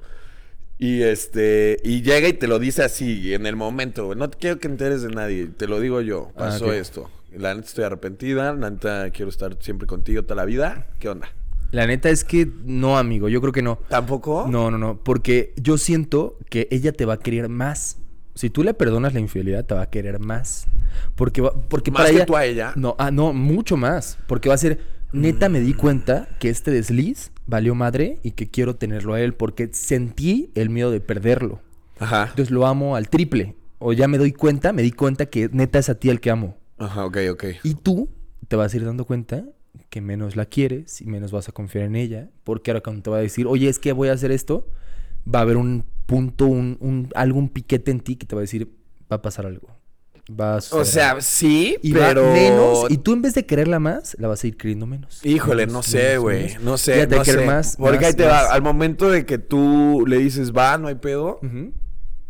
[SPEAKER 2] Y este, y llega y te lo dice así, en el momento, güey. No te quiero que enteres de nadie, te lo digo yo.
[SPEAKER 1] Ah,
[SPEAKER 2] Pasó
[SPEAKER 1] ok.
[SPEAKER 2] esto. La neta estoy arrepentida, la neta quiero estar siempre contigo toda la vida. ¿Qué onda?
[SPEAKER 1] La neta es que no, amigo, yo creo que no.
[SPEAKER 2] ¿Tampoco?
[SPEAKER 1] No, no, no, porque yo siento que ella te va a querer más. Si tú le perdonas la infidelidad, te va a querer más. Porque va, porque
[SPEAKER 2] ¿Más
[SPEAKER 1] para
[SPEAKER 2] que
[SPEAKER 1] ella,
[SPEAKER 2] tú a ella?
[SPEAKER 1] No, ah, no, mucho más. Porque va a ser, neta, me di cuenta que este desliz valió madre y que quiero tenerlo a él porque sentí el miedo de perderlo.
[SPEAKER 2] Ajá.
[SPEAKER 1] Entonces lo amo al triple. O ya me doy cuenta, me di cuenta que neta es a ti el que amo.
[SPEAKER 2] Ajá, ok, ok.
[SPEAKER 1] Y tú te vas a ir dando cuenta que menos la quieres y menos vas a confiar en ella. Porque ahora cuando te va a decir, oye, es que voy a hacer esto, va a haber un punto, un, un, algún piquete en ti que te va a decir, va a pasar algo. Va a
[SPEAKER 2] O
[SPEAKER 1] suceder algo".
[SPEAKER 2] sea, sí,
[SPEAKER 1] y va
[SPEAKER 2] pero...
[SPEAKER 1] menos. Y tú en vez de quererla más, la vas a ir queriendo menos.
[SPEAKER 2] Híjole,
[SPEAKER 1] Menos,
[SPEAKER 2] no sé,
[SPEAKER 1] menos,
[SPEAKER 2] güey.
[SPEAKER 1] menos.
[SPEAKER 2] No sé,
[SPEAKER 1] Ella te
[SPEAKER 2] no
[SPEAKER 1] quiere
[SPEAKER 2] sé.
[SPEAKER 1] más,
[SPEAKER 2] Porque
[SPEAKER 1] más,
[SPEAKER 2] ahí te
[SPEAKER 1] más.
[SPEAKER 2] va. Al momento de que tú le dices, va, no hay pedo,
[SPEAKER 1] Ujú.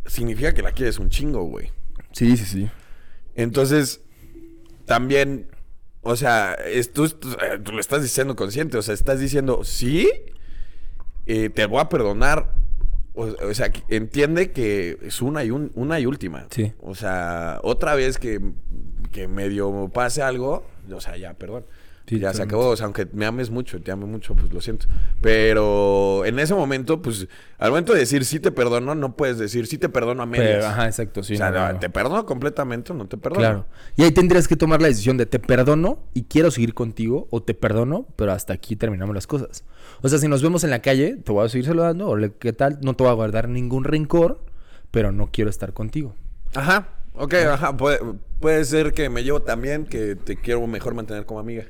[SPEAKER 2] significa que la quieres un chingo, güey.
[SPEAKER 1] Sí, sí, sí.
[SPEAKER 2] Entonces, también, o sea, es- tú, tú- eh, tú lo estás diciendo consciente, o sea, estás diciendo, sí, eh, te voy a perdonar. O, o sea, que entiende que es una y, un- una y última.
[SPEAKER 1] Sí.
[SPEAKER 2] O sea, otra vez que, que medio pase algo, o sea, ya, perdón.
[SPEAKER 1] Sí,
[SPEAKER 2] ya se
[SPEAKER 1] totalmente.
[SPEAKER 2] acabó, o sea, aunque me ames mucho, te ame mucho, pues lo siento. Pero en ese momento, pues, al momento de decir sí te perdono, no puedes decir sí te perdono a medias.
[SPEAKER 1] Pero, ajá, exacto, sí.
[SPEAKER 2] o sea,
[SPEAKER 1] no, no,
[SPEAKER 2] ¿te
[SPEAKER 1] no.
[SPEAKER 2] perdono completamente o no te perdono?
[SPEAKER 1] Claro. Y ahí tendrías que tomar la decisión de te perdono y quiero seguir contigo o te perdono, pero hasta aquí terminamos las cosas. O sea, si nos vemos en la calle, te voy a seguir saludando, o qué tal, no te voy a guardar ningún rencor, pero no quiero estar contigo.
[SPEAKER 2] Ajá, ok, ajá. Puede, puede ser que me llevo también, que te quiero mejor mantener como amiga.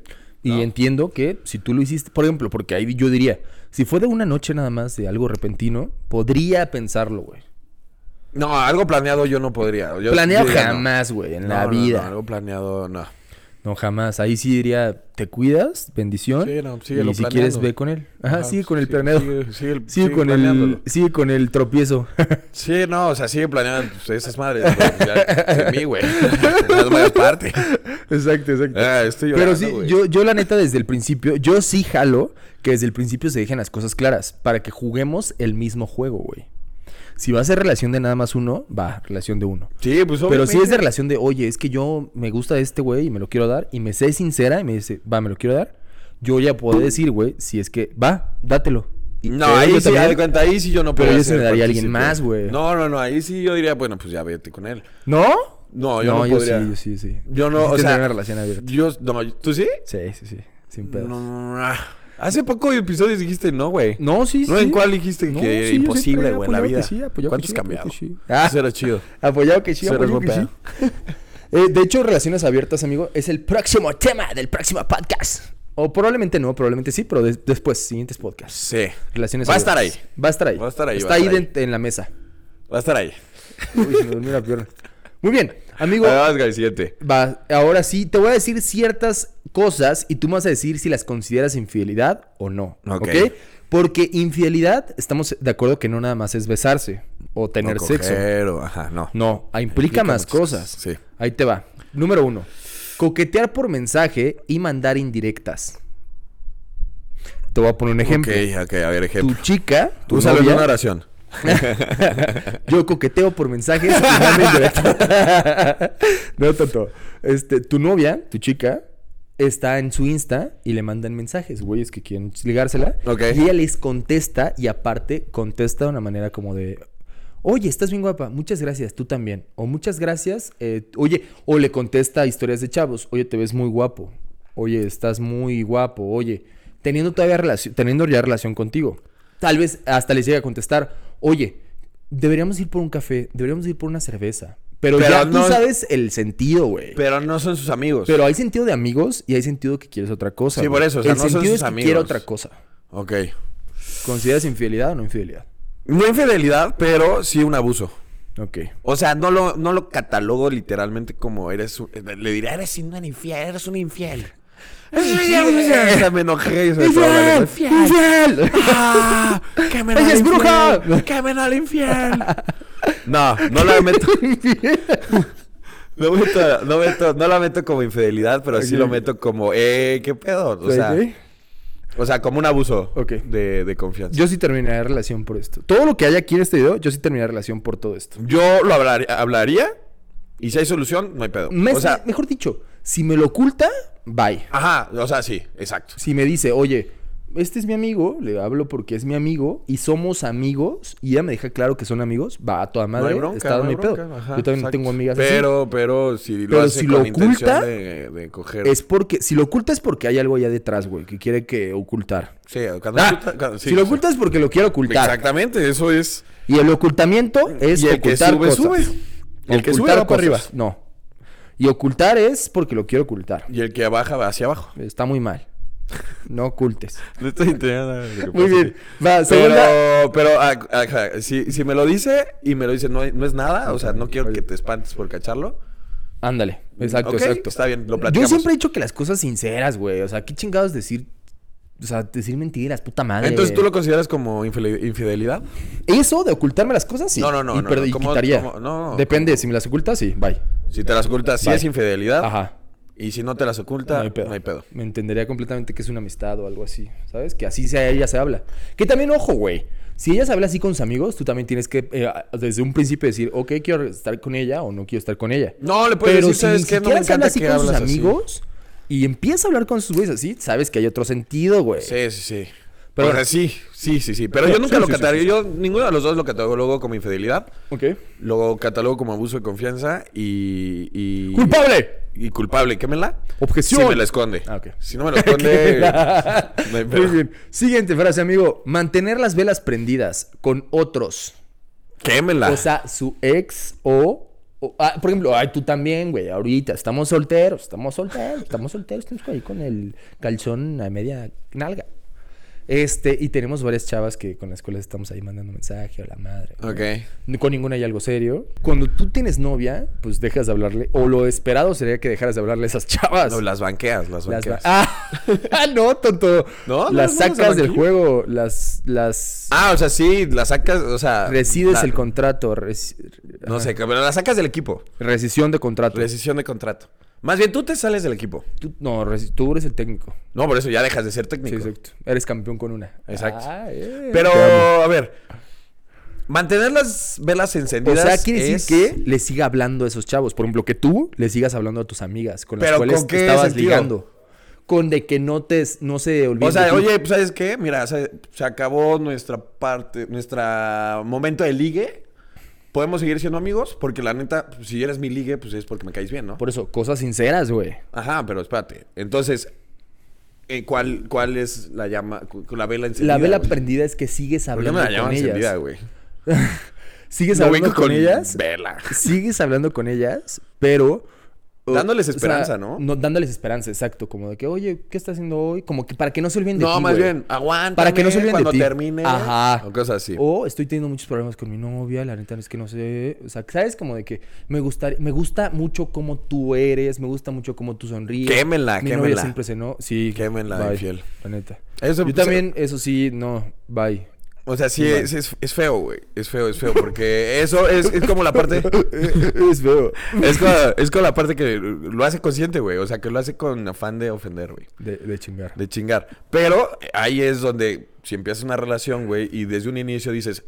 [SPEAKER 1] Y entiendo que si tú lo hiciste, por ejemplo, porque ahí yo diría, si fue de una noche nada más de algo repentino, podría pensarlo, güey.
[SPEAKER 2] No, algo planeado yo no podría. Yo-
[SPEAKER 1] Planeado
[SPEAKER 2] yo diría, no.
[SPEAKER 1] jamás, güey, en
[SPEAKER 2] No,
[SPEAKER 1] la
[SPEAKER 2] no,
[SPEAKER 1] vida.
[SPEAKER 2] no,
[SPEAKER 1] No,
[SPEAKER 2] algo planeado, no.
[SPEAKER 1] jamás. Ahí sí diría, te cuidas, bendición.
[SPEAKER 2] Sí, no, síguelo
[SPEAKER 1] y si
[SPEAKER 2] planeando.
[SPEAKER 1] quieres, ve con él. Ajá,
[SPEAKER 2] Ajá,
[SPEAKER 1] sigue con el
[SPEAKER 2] sí,
[SPEAKER 1] planeado.
[SPEAKER 2] sigue- sigue el-
[SPEAKER 1] sigue,
[SPEAKER 2] sigue
[SPEAKER 1] con
[SPEAKER 2] planeándolo.
[SPEAKER 1] el, sigue con el tropiezo.
[SPEAKER 2] Sí, no, o sea, sigue planeando pues, esas madres. pero ya, de mí, güey. No me hagas parte.
[SPEAKER 1] exacto, exacto.
[SPEAKER 2] Ah, estoy
[SPEAKER 1] Pero
[SPEAKER 2] llorando,
[SPEAKER 1] sí,
[SPEAKER 2] güey.
[SPEAKER 1] yo, yo la neta desde el principio, yo sí jalo que desde el principio se dejen las cosas claras para que juguemos el mismo juego, güey. Si va a ser relación de nada más uno, va, relación de uno.
[SPEAKER 2] Sí,
[SPEAKER 1] Pero
[SPEAKER 2] pues
[SPEAKER 1] si es de
[SPEAKER 2] obviamente.
[SPEAKER 1] relación de, oye, es que yo me gusta este güey y me lo quiero dar, y me sé sincera y me dice, va, me lo quiero dar, yo ya puedo decir, güey, si es que, va, dátelo. Y
[SPEAKER 2] No,
[SPEAKER 1] pero
[SPEAKER 2] ahí
[SPEAKER 1] yo
[SPEAKER 2] sí,
[SPEAKER 1] también-
[SPEAKER 2] haz de cuenta, ahí sí yo no
[SPEAKER 1] Pero
[SPEAKER 2] podría
[SPEAKER 1] yo sí me
[SPEAKER 2] ser
[SPEAKER 1] daría a alguien
[SPEAKER 2] partícipe.
[SPEAKER 1] más, güey.
[SPEAKER 2] No, no, no, ahí sí yo diría, bueno, pues ya vete con él.
[SPEAKER 1] ¿No?
[SPEAKER 2] No, yo no podría.
[SPEAKER 1] sí, yo sí, yo sí.
[SPEAKER 2] Yo
[SPEAKER 1] Pues Sí
[SPEAKER 2] no, o
[SPEAKER 1] tendría
[SPEAKER 2] sea,
[SPEAKER 1] una relación abierta.
[SPEAKER 2] Yo, no, ¿tú sí?
[SPEAKER 1] Sí, sí, sí. Sin
[SPEAKER 2] No,
[SPEAKER 1] pedos. No,
[SPEAKER 2] no, no. Hace poco episodios dijiste no, güey. No,
[SPEAKER 1] sí, sí.
[SPEAKER 2] ¿en cuál dijiste
[SPEAKER 1] No,
[SPEAKER 2] que
[SPEAKER 1] sí, yo
[SPEAKER 2] imposible,
[SPEAKER 1] siempre
[SPEAKER 2] güey, en la
[SPEAKER 1] apoyado
[SPEAKER 2] vida?
[SPEAKER 1] que sí, apoyado que
[SPEAKER 2] ¿Cuántos
[SPEAKER 1] sí, apoyado
[SPEAKER 2] cambiados?
[SPEAKER 1] que sí. Ah.
[SPEAKER 2] Eso era chido.
[SPEAKER 1] Apoyado que sí,
[SPEAKER 2] Serás
[SPEAKER 1] apoyado
[SPEAKER 2] buen
[SPEAKER 1] que sí. Eh, de hecho, relaciones abiertas, amigo, es el próximo tema del próximo podcast. O probablemente no, probablemente sí, pero des- después, siguientes podcasts.
[SPEAKER 2] Sí.
[SPEAKER 1] Relaciones
[SPEAKER 2] Va a
[SPEAKER 1] abiertas.
[SPEAKER 2] estar
[SPEAKER 1] Va a estar ahí.
[SPEAKER 2] Va a estar ahí,
[SPEAKER 1] Está
[SPEAKER 2] va a
[SPEAKER 1] ahí
[SPEAKER 2] estar
[SPEAKER 1] de- en la mesa.
[SPEAKER 2] Va a estar ahí.
[SPEAKER 1] Uy, se me durmió la pierna. Muy bien, amigo.
[SPEAKER 2] Ahí vas, Gaby, siguiente.
[SPEAKER 1] va- ahora sí, te voy a decir ciertas cosas y tú me vas a decir si las consideras infidelidad o no.
[SPEAKER 2] Ok.
[SPEAKER 1] ¿ok? Porque infidelidad, estamos de acuerdo que no nada más es besarse o tener
[SPEAKER 2] No
[SPEAKER 1] sexo.
[SPEAKER 2] coger o- ajá, no.
[SPEAKER 1] No, ah, implica,
[SPEAKER 2] Implica
[SPEAKER 1] más
[SPEAKER 2] muchas
[SPEAKER 1] cosas.
[SPEAKER 2] cosas, sí.
[SPEAKER 1] Ahí te va. Número uno. Coquetear por mensaje y mandar indirectas. Te voy a poner un ejemplo.
[SPEAKER 2] Ok, ok, a ver,
[SPEAKER 1] Tu
[SPEAKER 2] ejemplo.
[SPEAKER 1] chica, tu
[SPEAKER 2] Úsalo en
[SPEAKER 1] novia,
[SPEAKER 2] una oración.
[SPEAKER 1] yo coqueteo por mensajes y mando indirectas. no, tanto. Este, tu novia, tu chica, está en su Insta y le mandan mensajes, güeyes que quieren ligársela.
[SPEAKER 2] Ok.
[SPEAKER 1] Y ella les contesta y aparte contesta de una manera como de... Oye, estás bien guapa. Muchas gracias. Tú también. O muchas gracias. eh, oye, o le contesta historias de chavos. Oye, te ves muy guapo. Oye, estás muy guapo. Oye, teniendo todavía relación, teniendo ya relación contigo. Tal vez hasta les llega a contestar. Oye, deberíamos ir por un café. Deberíamos ir por una cerveza. Pero,
[SPEAKER 2] Pero
[SPEAKER 1] ya
[SPEAKER 2] no-
[SPEAKER 1] tú sabes el sentido, güey. Pero...
[SPEAKER 2] Pero no son sus amigos.
[SPEAKER 1] hay sentido de amigos y hay sentido que quieres otra cosa.
[SPEAKER 2] Sí,
[SPEAKER 1] güey.
[SPEAKER 2] por eso, o sea,
[SPEAKER 1] el
[SPEAKER 2] no son
[SPEAKER 1] sentido
[SPEAKER 2] sus
[SPEAKER 1] es que
[SPEAKER 2] amigos.
[SPEAKER 1] quiero otra cosa.
[SPEAKER 2] Ok.
[SPEAKER 1] ¿Consideras infidelidad o no infidelidad?
[SPEAKER 2] No infidelidad, pero sí un abuso.
[SPEAKER 1] Ok.
[SPEAKER 2] O sea, no lo, no lo catalogo literalmente como eres. un- le diría, eres un infiel, eres un infiel. O sea, me enojé. y se me fue la
[SPEAKER 1] ¡Infiel!
[SPEAKER 2] lengua.
[SPEAKER 1] ¡Infiel!
[SPEAKER 2] ¡Ah! ¡Que me
[SPEAKER 1] ¡Ella es bruja!
[SPEAKER 2] ¡Que me la infiel! No, no la meto. No, meto, no, meto- no la meto como infidelidad, pero sí
[SPEAKER 1] Ok.
[SPEAKER 2] lo meto como, eh, ¿qué pedo? O sea,
[SPEAKER 1] Ok.
[SPEAKER 2] o sea como un abuso
[SPEAKER 1] Ok.
[SPEAKER 2] de, de confianza. Yo,
[SPEAKER 1] Yo sí terminaría relación por esto. Todo lo que hay aquí en este video, yo sí terminaría relación por todo esto.
[SPEAKER 2] lo hablar- hablaría y si hay solución, no hay pedo.
[SPEAKER 1] Me-
[SPEAKER 2] o sea,
[SPEAKER 1] mejor dicho, si me lo oculta, bye.
[SPEAKER 2] ajá, o sea, sí, exacto.
[SPEAKER 1] Si me dice, oye, este es mi amigo, le hablo porque es mi amigo y somos amigos y ella me deja claro que son amigos, va a toda madre,
[SPEAKER 2] no hay bronca,
[SPEAKER 1] está dando
[SPEAKER 2] no hay
[SPEAKER 1] mi pedo.
[SPEAKER 2] bronca, ajá,
[SPEAKER 1] Yo también
[SPEAKER 2] exacto.
[SPEAKER 1] tengo amigas así.
[SPEAKER 2] Pero, pero si lo
[SPEAKER 1] Pero
[SPEAKER 2] hace
[SPEAKER 1] si
[SPEAKER 2] con
[SPEAKER 1] lo
[SPEAKER 2] intención
[SPEAKER 1] oculta,
[SPEAKER 2] de, de coger.
[SPEAKER 1] Es porque, si lo oculta es porque hay algo allá detrás, güey, que quiere que ocultar.
[SPEAKER 2] Sí, cuando
[SPEAKER 1] Ah,
[SPEAKER 2] oculta- cuando- sí,
[SPEAKER 1] si lo
[SPEAKER 2] o sea,
[SPEAKER 1] oculta es porque lo quiere ocultar.
[SPEAKER 2] Exactamente, eso es.
[SPEAKER 1] Y el ocultamiento es
[SPEAKER 2] Y el que
[SPEAKER 1] ocultar
[SPEAKER 2] sube,
[SPEAKER 1] cosas.
[SPEAKER 2] sube. El que sube
[SPEAKER 1] Ocultar
[SPEAKER 2] va para arriba.
[SPEAKER 1] cosas. No. Y ocultar es porque lo quiero ocultar.
[SPEAKER 2] Y el que baja va hacia abajo.
[SPEAKER 1] Está muy mal. No ocultes.
[SPEAKER 2] No estoy enterando de lo que
[SPEAKER 1] Muy
[SPEAKER 2] pasa.
[SPEAKER 1] bien. Va, segunda.
[SPEAKER 2] Pero, pero ah, ajá, si, si me lo dice y me lo dice, no, hay- no es nada, o sea, no quiero que te espantes por cacharlo.
[SPEAKER 1] Ándale. Exacto,
[SPEAKER 2] Ok,
[SPEAKER 1] exacto.
[SPEAKER 2] Está bien, lo
[SPEAKER 1] Yo
[SPEAKER 2] platicamos.
[SPEAKER 1] siempre he dicho que las cosas sinceras, güey. O sea, qué chingados decir. O sea, decir mentiras, puta madre.
[SPEAKER 2] Entonces, ¿tú lo consideras como infel- infidelidad?
[SPEAKER 1] Eso de ocultarme las cosas, sí.
[SPEAKER 2] No, no, no,
[SPEAKER 1] Y,
[SPEAKER 2] no,
[SPEAKER 1] perdo-
[SPEAKER 2] no,
[SPEAKER 1] y
[SPEAKER 2] ¿cómo-
[SPEAKER 1] quitaría.
[SPEAKER 2] cómo? No, no,
[SPEAKER 1] Depende, si me las ocultas, sí, bye.
[SPEAKER 2] Si te las oculta, sí
[SPEAKER 1] Vale.
[SPEAKER 2] es infidelidad.
[SPEAKER 1] Ajá.
[SPEAKER 2] Y si no te las oculta, no hay pedo.
[SPEAKER 1] Me entendería completamente que es una amistad o algo así, ¿sabes? Que así sea, ella se habla. Que también, ojo, güey. Si ella se habla así con sus amigos, tú también tienes que eh, desde un principio decir, ok, quiero estar con ella o no quiero estar con ella.
[SPEAKER 2] No, le puedes
[SPEAKER 1] Pero
[SPEAKER 2] decir,
[SPEAKER 1] si
[SPEAKER 2] ¿sabes
[SPEAKER 1] ni
[SPEAKER 2] qué? No me
[SPEAKER 1] siquiera se
[SPEAKER 2] encanta
[SPEAKER 1] habla así
[SPEAKER 2] que
[SPEAKER 1] con sus
[SPEAKER 2] hablas así.
[SPEAKER 1] amigos y empieza a hablar con sus güeyes así, sabes que hay otro sentido, güey.
[SPEAKER 2] Sí, sí, sí.
[SPEAKER 1] Pero-
[SPEAKER 2] Pero, sí, sí, sí, sí. Pero
[SPEAKER 1] Sí,
[SPEAKER 2] yo nunca
[SPEAKER 1] sí,
[SPEAKER 2] lo
[SPEAKER 1] sí, sí,
[SPEAKER 2] catalogo.
[SPEAKER 1] sí.
[SPEAKER 2] Yo ninguno de los dos lo catalogo como infidelidad.
[SPEAKER 1] Ok.
[SPEAKER 2] Lo catalogo como abuso de confianza y. y
[SPEAKER 1] ¡Culpable!
[SPEAKER 2] Y culpable, quémela.
[SPEAKER 1] Objeción.
[SPEAKER 2] Si me la esconde.
[SPEAKER 1] Ah, ok.
[SPEAKER 2] Si no me la esconde. no hay pedo.
[SPEAKER 1] Muy bien. Siguiente frase, amigo. Mantener las velas prendidas con otros.
[SPEAKER 2] Quémela.
[SPEAKER 1] O sea, su ex o... o- ah, por ejemplo, ay, tú también, güey, ahorita estamos solteros, estamos solteros, estamos solteros, estamos ahí con el calzón a media nalga. Este, y tenemos varias chavas que con las cuales estamos ahí mandando mensaje o la madre. ¿no?
[SPEAKER 2] ok.
[SPEAKER 1] Ni- Con ninguna hay algo serio. Cuando tú tienes novia, pues dejas de hablarle, o lo esperado sería que dejaras de hablarle a esas chavas.
[SPEAKER 2] No, las banqueas,
[SPEAKER 1] Las
[SPEAKER 2] las
[SPEAKER 1] va-
[SPEAKER 2] banqueas. ah.
[SPEAKER 1] ah, ah, no, tonto.
[SPEAKER 2] No, no,
[SPEAKER 1] las
[SPEAKER 2] no, no,
[SPEAKER 1] sacas del
[SPEAKER 2] aquí.
[SPEAKER 1] juego, las, las
[SPEAKER 2] Ah, o sea, sí, las sacas, o sea.
[SPEAKER 1] resides
[SPEAKER 2] la-
[SPEAKER 1] el contrato, resi-
[SPEAKER 2] Ah, No sé, pero las sacas del equipo.
[SPEAKER 1] rescisión de contrato.
[SPEAKER 2] Rescisión de contrato. Más bien, tú te sales del equipo.
[SPEAKER 1] Tú- no, resi- tú eres el técnico.
[SPEAKER 2] No, por eso ya dejas de ser técnico.
[SPEAKER 1] Sí, exacto. Eres campeón con una.
[SPEAKER 2] Exacto.
[SPEAKER 1] Ah, eh.
[SPEAKER 2] Pero,
[SPEAKER 1] Te amo.
[SPEAKER 2] a ver. Mantener las velas
[SPEAKER 1] o
[SPEAKER 2] encendidas.
[SPEAKER 1] sea, quiere decir
[SPEAKER 2] es-
[SPEAKER 1] que le siga hablando a esos chavos. Por ejemplo, que tú le sigas hablando a tus amigas con las
[SPEAKER 2] Pero,
[SPEAKER 1] cuales
[SPEAKER 2] ¿con
[SPEAKER 1] te
[SPEAKER 2] qué
[SPEAKER 1] estabas
[SPEAKER 2] sentido?
[SPEAKER 1] ligando. Con de que no te no se olvide.
[SPEAKER 2] O sea,
[SPEAKER 1] de ti.
[SPEAKER 2] oye, pues, ¿sabes qué? Mira, se, se acabó nuestra parte, nuestra momento de ligue. Podemos seguir siendo amigos, porque la neta, pues, si eres mi ligue, pues es porque me caes bien, ¿no?
[SPEAKER 1] Por eso, cosas sinceras, güey.
[SPEAKER 2] Ajá, pero espérate. Entonces, eh, ¿cuál, ¿cuál es la llama, cu- la vela encendida?
[SPEAKER 1] La vela
[SPEAKER 2] güey?
[SPEAKER 1] prendida es que sigues
[SPEAKER 2] ¿Por qué
[SPEAKER 1] hablando
[SPEAKER 2] me la llaman
[SPEAKER 1] con
[SPEAKER 2] encendida,
[SPEAKER 1] ellas.
[SPEAKER 2] güey?
[SPEAKER 1] Sigues
[SPEAKER 2] Lo
[SPEAKER 1] hablando
[SPEAKER 2] ubico
[SPEAKER 1] con ellas.
[SPEAKER 2] Vela.
[SPEAKER 1] sigues hablando con ellas, pero... o-
[SPEAKER 2] Dándoles esperanza, ¿no?
[SPEAKER 1] Dándoles esperanza, exacto. Como de que, oye, ¿qué estás haciendo hoy? Como que para que no se olviden de ti,
[SPEAKER 2] No, más
[SPEAKER 1] güey.
[SPEAKER 2] bien, aguanta.
[SPEAKER 1] Para que no se olviden
[SPEAKER 2] cuando
[SPEAKER 1] de ti.
[SPEAKER 2] termine.
[SPEAKER 1] Ajá.
[SPEAKER 2] O cosas así.
[SPEAKER 1] O estoy teniendo muchos problemas con mi novia, la neta es que no sé. O sea, ¿sabes? Como de que me gusta, me gusta mucho cómo tú eres, me gusta mucho cómo tú sonríes.
[SPEAKER 2] Quémela,
[SPEAKER 1] mi novia
[SPEAKER 2] quémela.
[SPEAKER 1] siempre se no. Sí.
[SPEAKER 2] Quémela,
[SPEAKER 1] bye,
[SPEAKER 2] infiel.
[SPEAKER 1] La neta.
[SPEAKER 2] Eso,
[SPEAKER 1] Yo
[SPEAKER 2] pues,
[SPEAKER 1] también, eso sí, no. Bye.
[SPEAKER 2] O sea, sí, es, es, es feo, güey. Es feo, es feo. Porque eso es, es como la parte.
[SPEAKER 1] es feo.
[SPEAKER 2] Es como, es como la parte que lo hace consciente, güey. O sea, que lo hace con afán de ofender, güey.
[SPEAKER 1] De, de chingar.
[SPEAKER 2] De chingar. Pero eh, ahí es donde, si empiezas una relación, güey, y desde un inicio dices,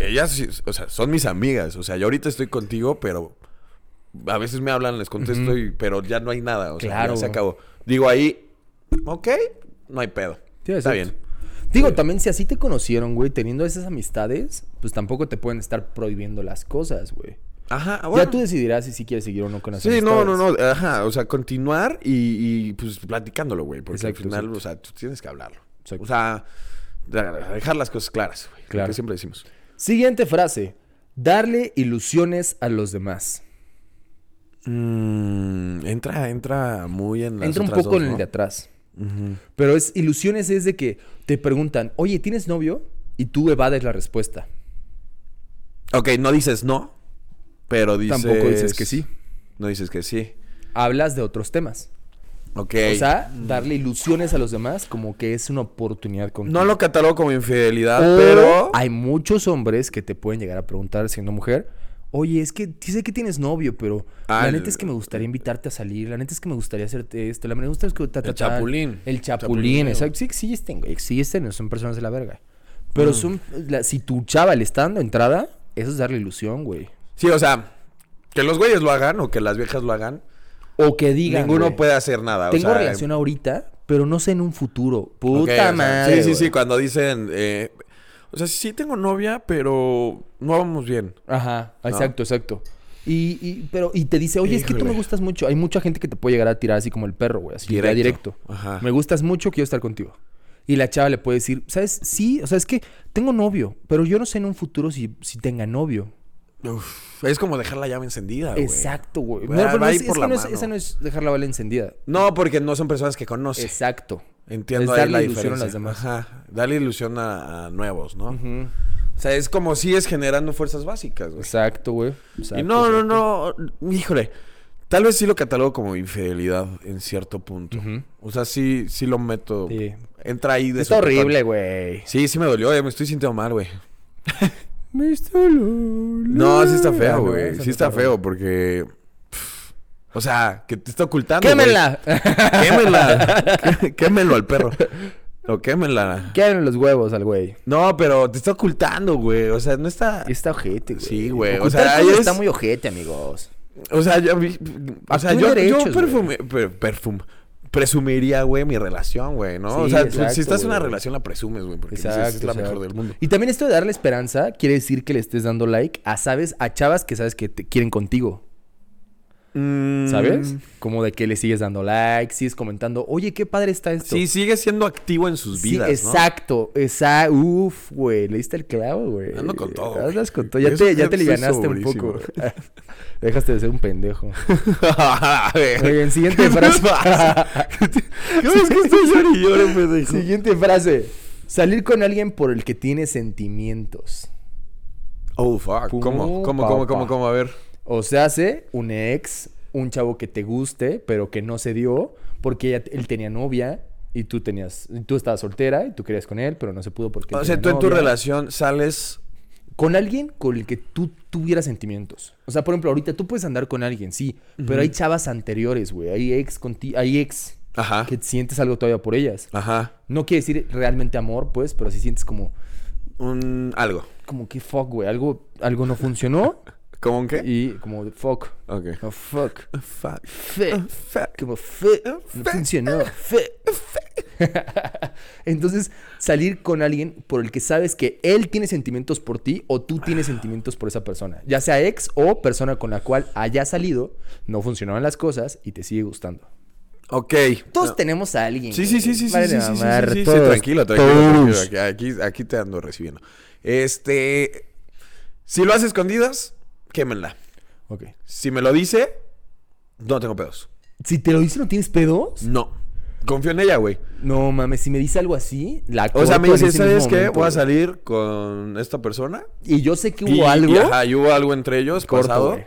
[SPEAKER 2] ellas, sí- o sea, son mis amigas. O sea, yo ahorita estoy contigo, pero a veces me hablan, les contesto, y- pero ya no hay nada. O sea, ya
[SPEAKER 1] Claro.
[SPEAKER 2] se acabó. Digo ahí, ok, no hay pedo.
[SPEAKER 1] Sí, exacto.
[SPEAKER 2] Está bien.
[SPEAKER 1] Digo, también si así te conocieron, güey, teniendo esas amistades, pues tampoco te pueden estar prohibiendo las cosas, güey.
[SPEAKER 2] Ajá, Ah, bueno.
[SPEAKER 1] Ya tú decidirás si sí quieres seguir o no con las
[SPEAKER 2] Sí, no,
[SPEAKER 1] amistades.
[SPEAKER 2] no, no. Ajá, o sea, continuar y, y, pues platicándolo, güey. Porque
[SPEAKER 1] Exacto,
[SPEAKER 2] al final,
[SPEAKER 1] exacto.
[SPEAKER 2] o sea, tú tienes que hablarlo.
[SPEAKER 1] Exacto.
[SPEAKER 2] O sea, de- dejar las cosas claras, güey.
[SPEAKER 1] Claro.
[SPEAKER 2] Claro. que siempre decimos.
[SPEAKER 1] Siguiente frase. Darle ilusiones a los demás.
[SPEAKER 2] Mm, entra, entra muy en
[SPEAKER 1] Entra un poco en el de atrás. Pero es ilusiones es de que te preguntan, oye, ¿tienes novio? Y tú evades la respuesta.
[SPEAKER 2] Ok, no dices no, pero dices...
[SPEAKER 1] Tampoco dices que sí.
[SPEAKER 2] No dices que sí.
[SPEAKER 1] Hablas de otros temas.
[SPEAKER 2] Ok.
[SPEAKER 1] O sea, darle ilusiones a los demás como que es una oportunidad contigo.
[SPEAKER 2] no lo catalogo como infidelidad,
[SPEAKER 1] O
[SPEAKER 2] Ah, pero...
[SPEAKER 1] hay muchos hombres que te pueden llegar a preguntar siendo mujer, oye, es que sé que tienes novio, pero la
[SPEAKER 2] Ah,
[SPEAKER 1] neta
[SPEAKER 2] el-
[SPEAKER 1] es que me gustaría invitarte a salir, la neta es que me gustaría hacerte esto, la neta me gusta es que ta, ta,
[SPEAKER 2] El
[SPEAKER 1] ta".
[SPEAKER 2] chapulín.
[SPEAKER 1] El chapulín,
[SPEAKER 2] Chapulineo.
[SPEAKER 1] exacto. Sí existen, güey, existen, son personas de la verga. Pero
[SPEAKER 2] Mm.
[SPEAKER 1] son, la- si tu chava le está dando entrada, eso es darle ilusión, güey.
[SPEAKER 2] Sí, o sea, que los güeyes lo hagan o que las viejas lo hagan.
[SPEAKER 1] O que digan,
[SPEAKER 2] ninguno
[SPEAKER 1] güey,
[SPEAKER 2] puede hacer nada. o
[SPEAKER 1] tengo
[SPEAKER 2] sea,
[SPEAKER 1] relación ahorita, pero no sé en un futuro. Puta
[SPEAKER 2] Ok, o sea,
[SPEAKER 1] madre.
[SPEAKER 2] Sí, sí, sí,
[SPEAKER 1] güey.
[SPEAKER 2] cuando dicen. eh, o sea, sí tengo novia, pero no vamos bien.
[SPEAKER 1] Ajá, exacto, exacto. Y, y- pero, y te dice, oye, es que tú me
[SPEAKER 2] Híjole.
[SPEAKER 1] gustas mucho. Hay mucha gente que te puede llegar a tirar así como el perro, güey, así ya
[SPEAKER 2] Directo.
[SPEAKER 1] directo.
[SPEAKER 2] Ajá.
[SPEAKER 1] Me gustas mucho, quiero estar contigo. Y la chava le puede decir, ¿sabes? Sí, o sea, es que tengo novio, pero yo no sé en un futuro si, si tenga novio.
[SPEAKER 2] Uf, es como dejar la llave encendida, Ah, güey.
[SPEAKER 1] Exacto, güey.
[SPEAKER 2] Va-
[SPEAKER 1] No, pero
[SPEAKER 2] va
[SPEAKER 1] no
[SPEAKER 2] ahí
[SPEAKER 1] es, es
[SPEAKER 2] por
[SPEAKER 1] que
[SPEAKER 2] la
[SPEAKER 1] no es-
[SPEAKER 2] mano.
[SPEAKER 1] esa no es dejar la bala encendida.
[SPEAKER 2] No, porque no son personas que conoces.
[SPEAKER 1] Exacto.
[SPEAKER 2] Entiendo
[SPEAKER 1] es
[SPEAKER 2] ahí la
[SPEAKER 1] darle ilusión
[SPEAKER 2] diferencia.
[SPEAKER 1] a las demás.
[SPEAKER 2] Ajá. Darle ilusión a, a nuevos, ¿no? O sea, es como si es generando fuerzas básicas, güey.
[SPEAKER 1] Exacto, güey. Exacto,
[SPEAKER 2] Y no, no,
[SPEAKER 1] exacto.
[SPEAKER 2] no, híjole. Tal vez sí lo catalogo como infidelidad en cierto punto.
[SPEAKER 1] Ujú.
[SPEAKER 2] O sea, sí, sí lo meto.
[SPEAKER 1] Sí.
[SPEAKER 2] Entra ahí de
[SPEAKER 1] Está
[SPEAKER 2] sopetón.
[SPEAKER 1] horrible, güey.
[SPEAKER 2] Sí, sí me dolió, eh, me estoy sintiendo mal, güey.
[SPEAKER 1] No,
[SPEAKER 2] No, sí está
[SPEAKER 1] Ah,
[SPEAKER 2] feo,
[SPEAKER 1] no,
[SPEAKER 2] güey.
[SPEAKER 1] esa
[SPEAKER 2] sí
[SPEAKER 1] no
[SPEAKER 2] está
[SPEAKER 1] está
[SPEAKER 2] feo porque. pff, O sea, que te está ocultando. güey.
[SPEAKER 1] ¡Quémenla!
[SPEAKER 2] ¡Quémela! Qué- Quémelo al perro. O quémela.
[SPEAKER 1] Quédenle los huevos al güey.
[SPEAKER 2] No, pero te está ocultando, güey. O sea, no está.
[SPEAKER 1] Está ojete, güey.
[SPEAKER 2] Sí, güey, o
[SPEAKER 1] Ocultar
[SPEAKER 2] sea,
[SPEAKER 1] cosas
[SPEAKER 2] es-
[SPEAKER 1] está muy ojete, amigos.
[SPEAKER 2] O sea, yo. vi- O sea,
[SPEAKER 1] Actúen
[SPEAKER 2] yo, yo
[SPEAKER 1] derechos,
[SPEAKER 2] perfume- per- perfum- Presumiría, güey, mi relación, güey, ¿no? o
[SPEAKER 1] Sí,
[SPEAKER 2] sea, tú-
[SPEAKER 1] exacto,
[SPEAKER 2] si estás en una
[SPEAKER 1] güey.
[SPEAKER 2] relación, la presumes, güey, porque dices, es la
[SPEAKER 1] exacto.
[SPEAKER 2] mejor del mundo.
[SPEAKER 1] Y también esto de darle esperanza quiere decir que le estés dando like a, ¿sabes? A chavas que sabes que te quieren contigo.
[SPEAKER 2] Mm,
[SPEAKER 1] ¿Sabes? Como de que le sigues dando like, sigues comentando, oye, qué padre está esto.
[SPEAKER 2] Sí, sigue siendo activo en sus
[SPEAKER 1] Sí,
[SPEAKER 2] vidas. ¿no?
[SPEAKER 1] exacto, exacto. Uf, güey, le diste el clavo, güey.
[SPEAKER 2] Ando con todo, güey.
[SPEAKER 1] Andas con todo. Ya
[SPEAKER 2] Yo
[SPEAKER 1] te,
[SPEAKER 2] soy-
[SPEAKER 1] ya te
[SPEAKER 2] soy
[SPEAKER 1] livianaste un
[SPEAKER 2] sobrísimo.
[SPEAKER 1] poco. Dejaste de ser un pendejo.
[SPEAKER 2] A ver.
[SPEAKER 1] Muy bien, siguiente
[SPEAKER 2] ¿Qué
[SPEAKER 1] frase.
[SPEAKER 2] me pasa? ¿Qué ves que estoy llorando y lloro, pendejo?
[SPEAKER 1] Siguiente frase. Salir con alguien por el que tiene sentimientos.
[SPEAKER 2] Oh, fuck.
[SPEAKER 1] Pum,
[SPEAKER 2] ¿Cómo? ¿Cómo, cómo,
[SPEAKER 1] papá.
[SPEAKER 2] cómo, cómo? A ver.
[SPEAKER 1] O se hace un ex, un chavo que te guste, pero que no se dio, porque ella- él tenía novia y tú tenías, y tú estabas soltera y tú querías con él, pero no se pudo porque. él
[SPEAKER 2] O sea,
[SPEAKER 1] tenía
[SPEAKER 2] tú en tu
[SPEAKER 1] novia.
[SPEAKER 2] relación sales.
[SPEAKER 1] Con alguien con el que tú tuvieras sentimientos. O sea, por ejemplo, ahorita tú puedes andar con alguien, sí, pero hay chavas anteriores, güey. Hay ex conti- hay ex
[SPEAKER 2] Ajá.
[SPEAKER 1] que sientes algo todavía por ellas.
[SPEAKER 2] Ajá.
[SPEAKER 1] No quiere decir realmente amor, pues, pero sí sientes como,
[SPEAKER 2] Un algo.
[SPEAKER 1] como que fuck, güey. Algo, algo no funcionó
[SPEAKER 2] ¿Cómo un qué?
[SPEAKER 1] y como fuck.
[SPEAKER 2] Ok.
[SPEAKER 1] No, fuck.
[SPEAKER 2] Fuck.
[SPEAKER 1] Fe.
[SPEAKER 2] Fuck.
[SPEAKER 1] Como fe. No funcionó. Fe. Entonces, salir con alguien por el que sabes que él tiene sentimientos por ti o tú tienes sentimientos por esa persona. Ya sea ex o persona con la cual haya salido, no funcionaron las cosas y te sigue gustando.
[SPEAKER 2] Ok.
[SPEAKER 1] Todos
[SPEAKER 2] No.
[SPEAKER 1] tenemos a alguien.
[SPEAKER 2] Sí, sí, sí,
[SPEAKER 1] güey.
[SPEAKER 2] sí, sí,
[SPEAKER 1] Vale,
[SPEAKER 2] sí, sí, sí, sí,
[SPEAKER 1] mamar,
[SPEAKER 2] sí, sí,
[SPEAKER 1] todos,
[SPEAKER 2] tranquilo, tranquilo,
[SPEAKER 1] todos.
[SPEAKER 2] tranquilo. Aquí, aquí- aquí te ando recibiendo. Este, si lo hace escondidas, quémenla.
[SPEAKER 1] Ok.
[SPEAKER 2] Si me lo dice, no tengo pedos.
[SPEAKER 1] Si te lo dice, ¿no tienes pedos?
[SPEAKER 2] No. Confío en ella, güey.
[SPEAKER 1] No mames, si me dice algo así, la
[SPEAKER 2] O sea, me
[SPEAKER 1] corto en
[SPEAKER 2] dice,
[SPEAKER 1] ese
[SPEAKER 2] ¿sabes
[SPEAKER 1] mismo
[SPEAKER 2] qué?
[SPEAKER 1] momento,
[SPEAKER 2] Voy a
[SPEAKER 1] güey.
[SPEAKER 2] salir con esta persona.
[SPEAKER 1] Y yo sé que hubo
[SPEAKER 2] Y-
[SPEAKER 1] algo.
[SPEAKER 2] Y, ajá, y hubo algo entre ellos,
[SPEAKER 1] Corto,
[SPEAKER 2] pasado.
[SPEAKER 1] güey.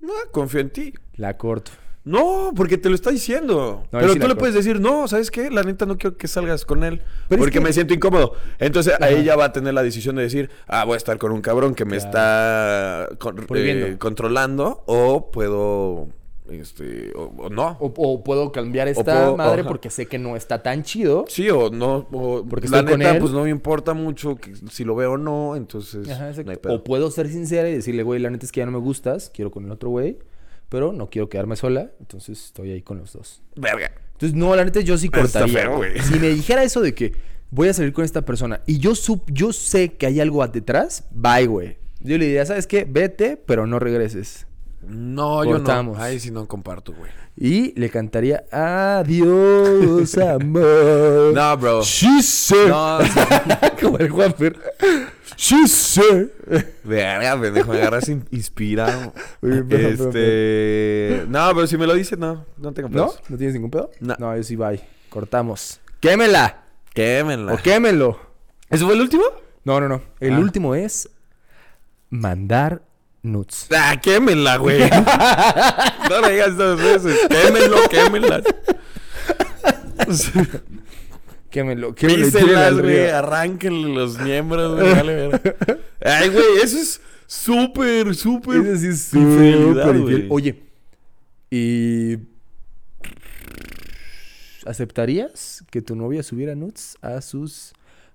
[SPEAKER 2] No, confío en ti.
[SPEAKER 1] La corto.
[SPEAKER 2] No, porque te lo está diciendo.
[SPEAKER 1] No, ahí
[SPEAKER 2] Pero
[SPEAKER 1] sí
[SPEAKER 2] tú
[SPEAKER 1] la
[SPEAKER 2] le
[SPEAKER 1] corto.
[SPEAKER 2] puedes decir, no, ¿sabes qué? La neta no quiero que salgas con él.
[SPEAKER 1] Pero es
[SPEAKER 2] porque
[SPEAKER 1] que-
[SPEAKER 2] me siento incómodo. Entonces ahí ya va a tener la decisión de decir, ah, voy a estar con un cabrón que me está con-
[SPEAKER 1] Prohibiendo.
[SPEAKER 2] eh, controlando. O puedo. Este, o, o no.
[SPEAKER 1] O, o puedo cambiar esta
[SPEAKER 2] puedo-
[SPEAKER 1] madre
[SPEAKER 2] ajá.
[SPEAKER 1] porque sé que no está tan chido.
[SPEAKER 2] Sí, o no. o-
[SPEAKER 1] Porque
[SPEAKER 2] la
[SPEAKER 1] estoy con
[SPEAKER 2] neta,
[SPEAKER 1] él.
[SPEAKER 2] pues no me importa mucho que- si lo veo o no. Entonces.
[SPEAKER 1] Ajá,
[SPEAKER 2] pues, no hay
[SPEAKER 1] exacto.
[SPEAKER 2] pedo.
[SPEAKER 1] o puedo ser sincera y decirle, güey, la neta es que ya no me gustas, quiero con el otro güey, pero no quiero quedarme sola, entonces estoy ahí con los dos.
[SPEAKER 2] Verga.
[SPEAKER 1] Entonces, no, la neta yo sí
[SPEAKER 2] Está
[SPEAKER 1] cortaría.
[SPEAKER 2] feo, güey.
[SPEAKER 1] Si me dijera eso de que voy a salir con esta persona y yo sup- yo sé que hay algo detrás, bye, güey. Yo le diría, ¿sabes qué? Vete, pero no regreses.
[SPEAKER 2] No,
[SPEAKER 1] Cortamos.
[SPEAKER 2] yo no. Ahí sí no comparto, güey.
[SPEAKER 1] Y le cantaría, adiós, amor.
[SPEAKER 2] No, bro.
[SPEAKER 1] She said.
[SPEAKER 2] No, sí.
[SPEAKER 1] Como el Juanfer. She said.
[SPEAKER 2] Verga, pendejo, me agarras in- inspirado.
[SPEAKER 1] Oye, pero, pero,
[SPEAKER 2] este. No, pero si me lo dice, no. No tengo
[SPEAKER 1] ¿No?
[SPEAKER 2] pedos.
[SPEAKER 1] ¿No tienes ningún pedo?
[SPEAKER 2] No.
[SPEAKER 1] No, yo sí, bye. Cortamos. ¡Quémela!
[SPEAKER 2] Quémenla.
[SPEAKER 1] O quémelo.
[SPEAKER 2] ¿Eso Ah. fue el último?
[SPEAKER 1] No, no, no. El
[SPEAKER 2] Ah.
[SPEAKER 1] último es mandar nuts.
[SPEAKER 2] Ah, quémenla, güey. no lo digas dos veces. Quémenlo, quémenla.
[SPEAKER 1] Quémelo, quémelo. y tírenla
[SPEAKER 2] Písenlas,
[SPEAKER 1] al
[SPEAKER 2] güey.
[SPEAKER 1] río.
[SPEAKER 2] Arránquenle los miembros, güey. Dale, verga. Ay, güey, eso es súper, súper.
[SPEAKER 1] Ese sí es
[SPEAKER 2] infidelidad,
[SPEAKER 1] súper infiel.
[SPEAKER 2] güey.
[SPEAKER 1] Oye, ¿y aceptarías que tu novia subiera nuts a sus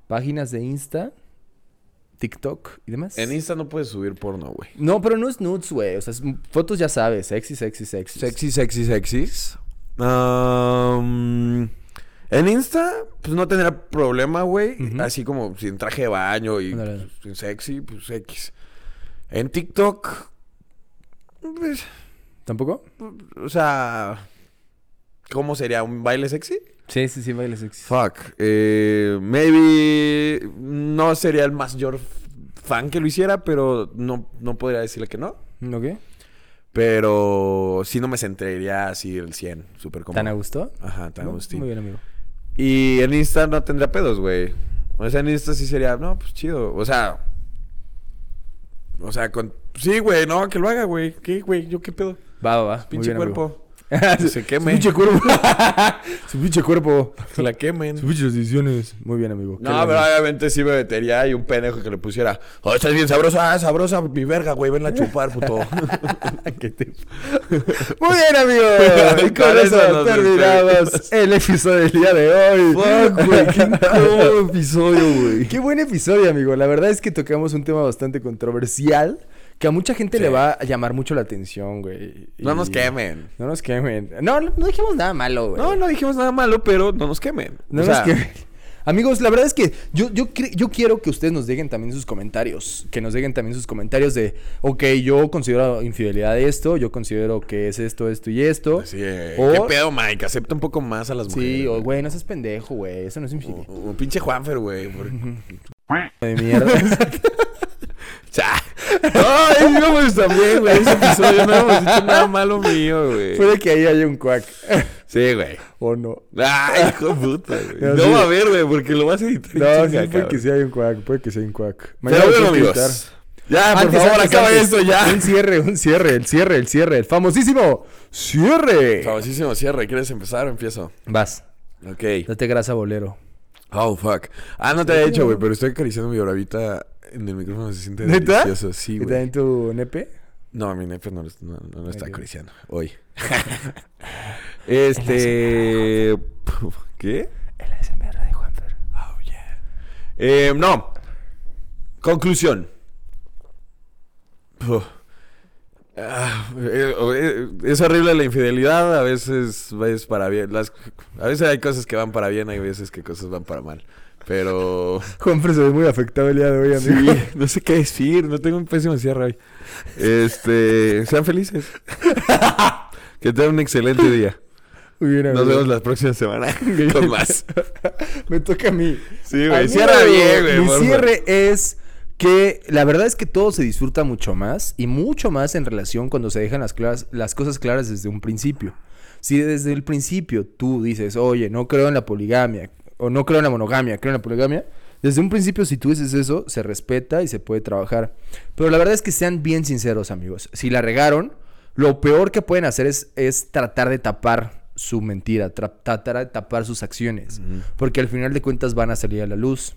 [SPEAKER 1] páginas de Insta, TikTok y demás?
[SPEAKER 2] En Insta no puedes subir porno, güey.
[SPEAKER 1] No, pero no es nudes, güey. O sea, es- fotos ya sabes. Sexy, sexy, sexy.
[SPEAKER 2] Sexy, sexy, sexys. Am, En Insta, pues no tendrá problema, güey.
[SPEAKER 1] Ujú.
[SPEAKER 2] Así como sin traje de baño y
[SPEAKER 1] Ándale.
[SPEAKER 2] pues, sexy, pues X. En TikTok, pues,
[SPEAKER 1] ¿Tampoco?
[SPEAKER 2] o sea, ¿cómo sería? ¿Un baile sexy?
[SPEAKER 1] Sí, sí, sí, baile sexy.
[SPEAKER 2] Fuck. eh, maybe no sería el mayor fan que lo hiciera, pero no, no podría decirle que no.
[SPEAKER 1] ¿Ok?
[SPEAKER 2] Pero sí no me centraría así el 100, súper cómodo.
[SPEAKER 1] ¿Tan a gusto?
[SPEAKER 2] Ajá, tan
[SPEAKER 1] No,
[SPEAKER 2] agustín.
[SPEAKER 1] Muy bien, amigo.
[SPEAKER 2] Y en Insta no tendría pedos, güey. O sea, en Insta sí sería, no, pues chido. O sea. O sea, con. Sí, güey, no, que lo haga, güey. ¿Qué, güey? ¿Yo qué pedo?
[SPEAKER 1] Va, va, va. Muy
[SPEAKER 2] Pinche
[SPEAKER 1] bien, amigo.
[SPEAKER 2] cuerpo.
[SPEAKER 1] Su-
[SPEAKER 2] Se queme.
[SPEAKER 1] Su pinche cuerpo. su pinche cuerpo.
[SPEAKER 2] Que la quemen.
[SPEAKER 1] Sus pinches Mm. decisiones. Muy bien, amigo. Qué
[SPEAKER 2] No, pero
[SPEAKER 1] bueno.
[SPEAKER 2] obviamente sí me metería y un pendejo que le pusiera. Oh, estás bien sabrosa, ah, sabrosa, mi verga, güey, venla a chupar, puto.
[SPEAKER 1] Muy bien, amigos. Y con
[SPEAKER 2] Para eso
[SPEAKER 1] eso
[SPEAKER 2] nos
[SPEAKER 1] terminamos
[SPEAKER 2] despedimos.
[SPEAKER 1] el episodio del día de hoy.
[SPEAKER 2] Fuck, güey, qué incómodo episodio, güey.
[SPEAKER 1] Qué buen episodio, amigo. La verdad es que tocamos un tema bastante controversial que a mucha gente
[SPEAKER 2] Sí.
[SPEAKER 1] le va a llamar mucho la atención, güey.
[SPEAKER 2] No
[SPEAKER 1] Y-
[SPEAKER 2] nos quemen.
[SPEAKER 1] No nos quemen. No, no no dijimos nada malo, güey.
[SPEAKER 2] No, no dijimos nada malo, pero no nos quemen.
[SPEAKER 1] No
[SPEAKER 2] O
[SPEAKER 1] nos
[SPEAKER 2] sea,
[SPEAKER 1] quemen. Amigos, la verdad es que yo, yo, cre- yo quiero que ustedes nos dejen también sus comentarios. Que nos dejen también sus comentarios de, ok, yo considero infidelidad esto, yo considero que es esto, esto y esto.
[SPEAKER 2] Así, eh,
[SPEAKER 1] O-
[SPEAKER 2] ¿Qué pedo, Mike? Acepta un poco más a las mujeres.
[SPEAKER 1] Sí, o güey, no seas pendejo, güey. Eso no es infidelidad.
[SPEAKER 2] O- o pinche Juanfer, güey. por- Oh.
[SPEAKER 1] De mierda.
[SPEAKER 2] Cha. Ay, íbamos también, güey. Ese episodio no hemos dicho nada malo mío, güey.
[SPEAKER 1] Puede que ahí haya un cuac.
[SPEAKER 2] Sí, güey.
[SPEAKER 1] o no.
[SPEAKER 2] Ah, Ay, hijo de puta, güey.
[SPEAKER 1] No,
[SPEAKER 2] No,
[SPEAKER 1] sí.
[SPEAKER 2] va a haber, güey, porque lo vas a editar. en
[SPEAKER 1] No, sí,
[SPEAKER 2] chinga,
[SPEAKER 1] puede
[SPEAKER 2] cabrón.
[SPEAKER 1] que sí hay un cuac, puede que sea un cuac.
[SPEAKER 2] Pero
[SPEAKER 1] lo
[SPEAKER 2] bueno,
[SPEAKER 1] tengo que
[SPEAKER 2] amigos.
[SPEAKER 1] editar.
[SPEAKER 2] Ya, por
[SPEAKER 1] Antes,
[SPEAKER 2] favor,
[SPEAKER 1] antes,
[SPEAKER 2] acaba
[SPEAKER 1] antes.
[SPEAKER 2] esto ya.
[SPEAKER 1] Un cierre, un cierre, el cierre, el cierre, el famosísimo cierre.
[SPEAKER 2] Famosísimo cierre. ¿Quieres empezar o empiezo?
[SPEAKER 1] Vas,
[SPEAKER 2] Ok.
[SPEAKER 1] date grasa bolero.
[SPEAKER 2] Oh, fuck. Ah, no te había dicho, güey, pero estoy acariciando mi bravita en el micrófono. Se siente
[SPEAKER 1] ¿Neta?
[SPEAKER 2] delicioso. Sí,
[SPEAKER 1] ¿Y
[SPEAKER 2] güey.
[SPEAKER 1] también tu nepe?
[SPEAKER 2] No, mi nepe no, lo- no, no lo está
[SPEAKER 1] Ok.
[SPEAKER 2] acariciando hoy. este... ¿Qué?
[SPEAKER 1] El ASMR de Juanfer.
[SPEAKER 2] Oh, yeah. Eh, no. Conclusión. Uf. Ah, eh, eh, es horrible la infidelidad, a veces es para bien. Las, a veces hay cosas que van para bien, hay veces que cosas van para mal. Pero
[SPEAKER 1] Juanfer se ve muy afectado el día de hoy,
[SPEAKER 2] sí,
[SPEAKER 1] amigo.
[SPEAKER 2] no sé qué decir, no tengo un pésimo cierre hoy. Este, sean felices. Que tengan un excelente día.
[SPEAKER 1] Muy bien, amigo.
[SPEAKER 2] Nos vemos la próxima semana con más.
[SPEAKER 1] Me toca a mí.
[SPEAKER 2] Sí, güey,
[SPEAKER 1] Amigo,
[SPEAKER 2] cierra bien, güey.
[SPEAKER 1] Mi
[SPEAKER 2] porfa.
[SPEAKER 1] cierre es que la verdad es que todo se disfruta mucho más y mucho más en relación cuando se dejan las, claras- las cosas claras desde un principio. Si desde el principio tú dices, oye, no creo en la poligamia o no creo en la monogamia, creo en la poligamia, desde un principio si tú dices eso, se respeta y se puede trabajar. Pero la verdad es que sean bien sinceros, amigos. Si la regaron, lo peor que pueden hacer es, es tratar de tapar su mentira, tra- tratar de tapar sus acciones,
[SPEAKER 2] Mm.
[SPEAKER 1] porque al final de cuentas van a salir a la luz.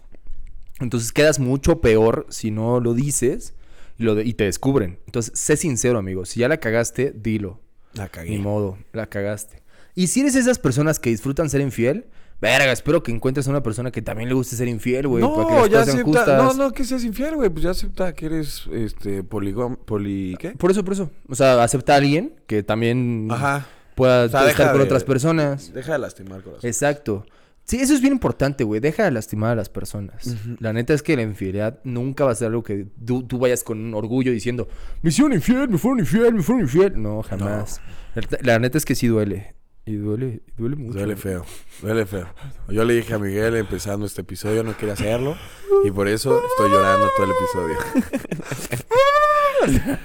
[SPEAKER 1] Entonces quedas mucho peor si no lo dices y, lo de- y te descubren. Entonces, sé sincero, amigo. Si ya la cagaste, dilo.
[SPEAKER 2] La
[SPEAKER 1] Ni
[SPEAKER 2] cagué.
[SPEAKER 1] modo, la cagaste. Y si eres esas personas que disfrutan ser infiel, verga, espero que encuentres a una persona que también le guste ser infiel, güey. para que
[SPEAKER 2] No,
[SPEAKER 1] las
[SPEAKER 2] ya
[SPEAKER 1] cosas sean
[SPEAKER 2] acepta. No,
[SPEAKER 1] justas.
[SPEAKER 2] no, que seas infiel, güey. Pues ya acepta que eres, este, poligón, poli... ¿qué?
[SPEAKER 1] Por eso, por eso. O sea, acepta a alguien que también
[SPEAKER 2] Ajá.
[SPEAKER 1] pueda
[SPEAKER 2] O sea,
[SPEAKER 1] estar
[SPEAKER 2] deja
[SPEAKER 1] con
[SPEAKER 2] de-
[SPEAKER 1] otras personas.
[SPEAKER 2] Mm. Deja de lastimar corazón.
[SPEAKER 1] Exacto. Sí, eso es bien importante, güey. Deja de lastimar a las personas. La neta es que la infidelidad nunca va a ser algo que tú, tú vayas con un orgullo diciendo, me hicieron infiel, me fueron infiel, me fueron infiel. No, jamás. La neta- La neta es que sí duele. Y duele, duele mucho.
[SPEAKER 2] Duele feo, duele feo. Yo le dije a Miguel empezando este episodio, no quería hacerlo. Y por eso estoy llorando todo el episodio.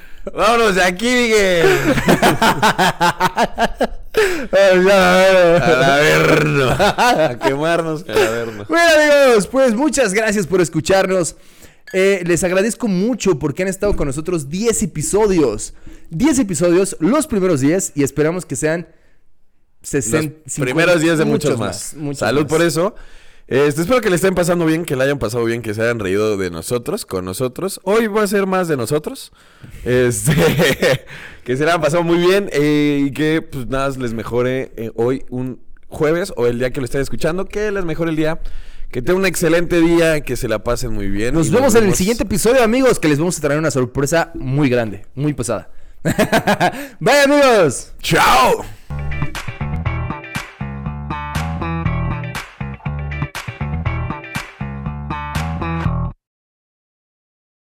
[SPEAKER 2] Vámonos de aquí, Miguel. Al averno. A quemarnos al averno.
[SPEAKER 1] Bueno, amigos, pues muchas gracias por escucharnos. Eh, les agradezco mucho porque han estado con nosotros 10 episodios. 10 episodios, los primeros 10, y esperamos que sean 60.
[SPEAKER 2] Los primeros días de muchos, más. Salud por eso. Este, espero que le estén pasando bien, que la hayan pasado bien, que se hayan reído de nosotros, con nosotros. Hoy va a ser más de nosotros. Este, que se la han pasado muy bien eh, y que pues nada les mejore eh, hoy un jueves o el día que lo estén escuchando, que les mejore el día. Que tengan un excelente día, que se la pasen muy bien.
[SPEAKER 1] Nos
[SPEAKER 2] y
[SPEAKER 1] vemos en el siguiente episodio, amigos, que les vamos a traer una sorpresa muy grande, muy pesada. Bye, amigos.
[SPEAKER 2] ¡Chao!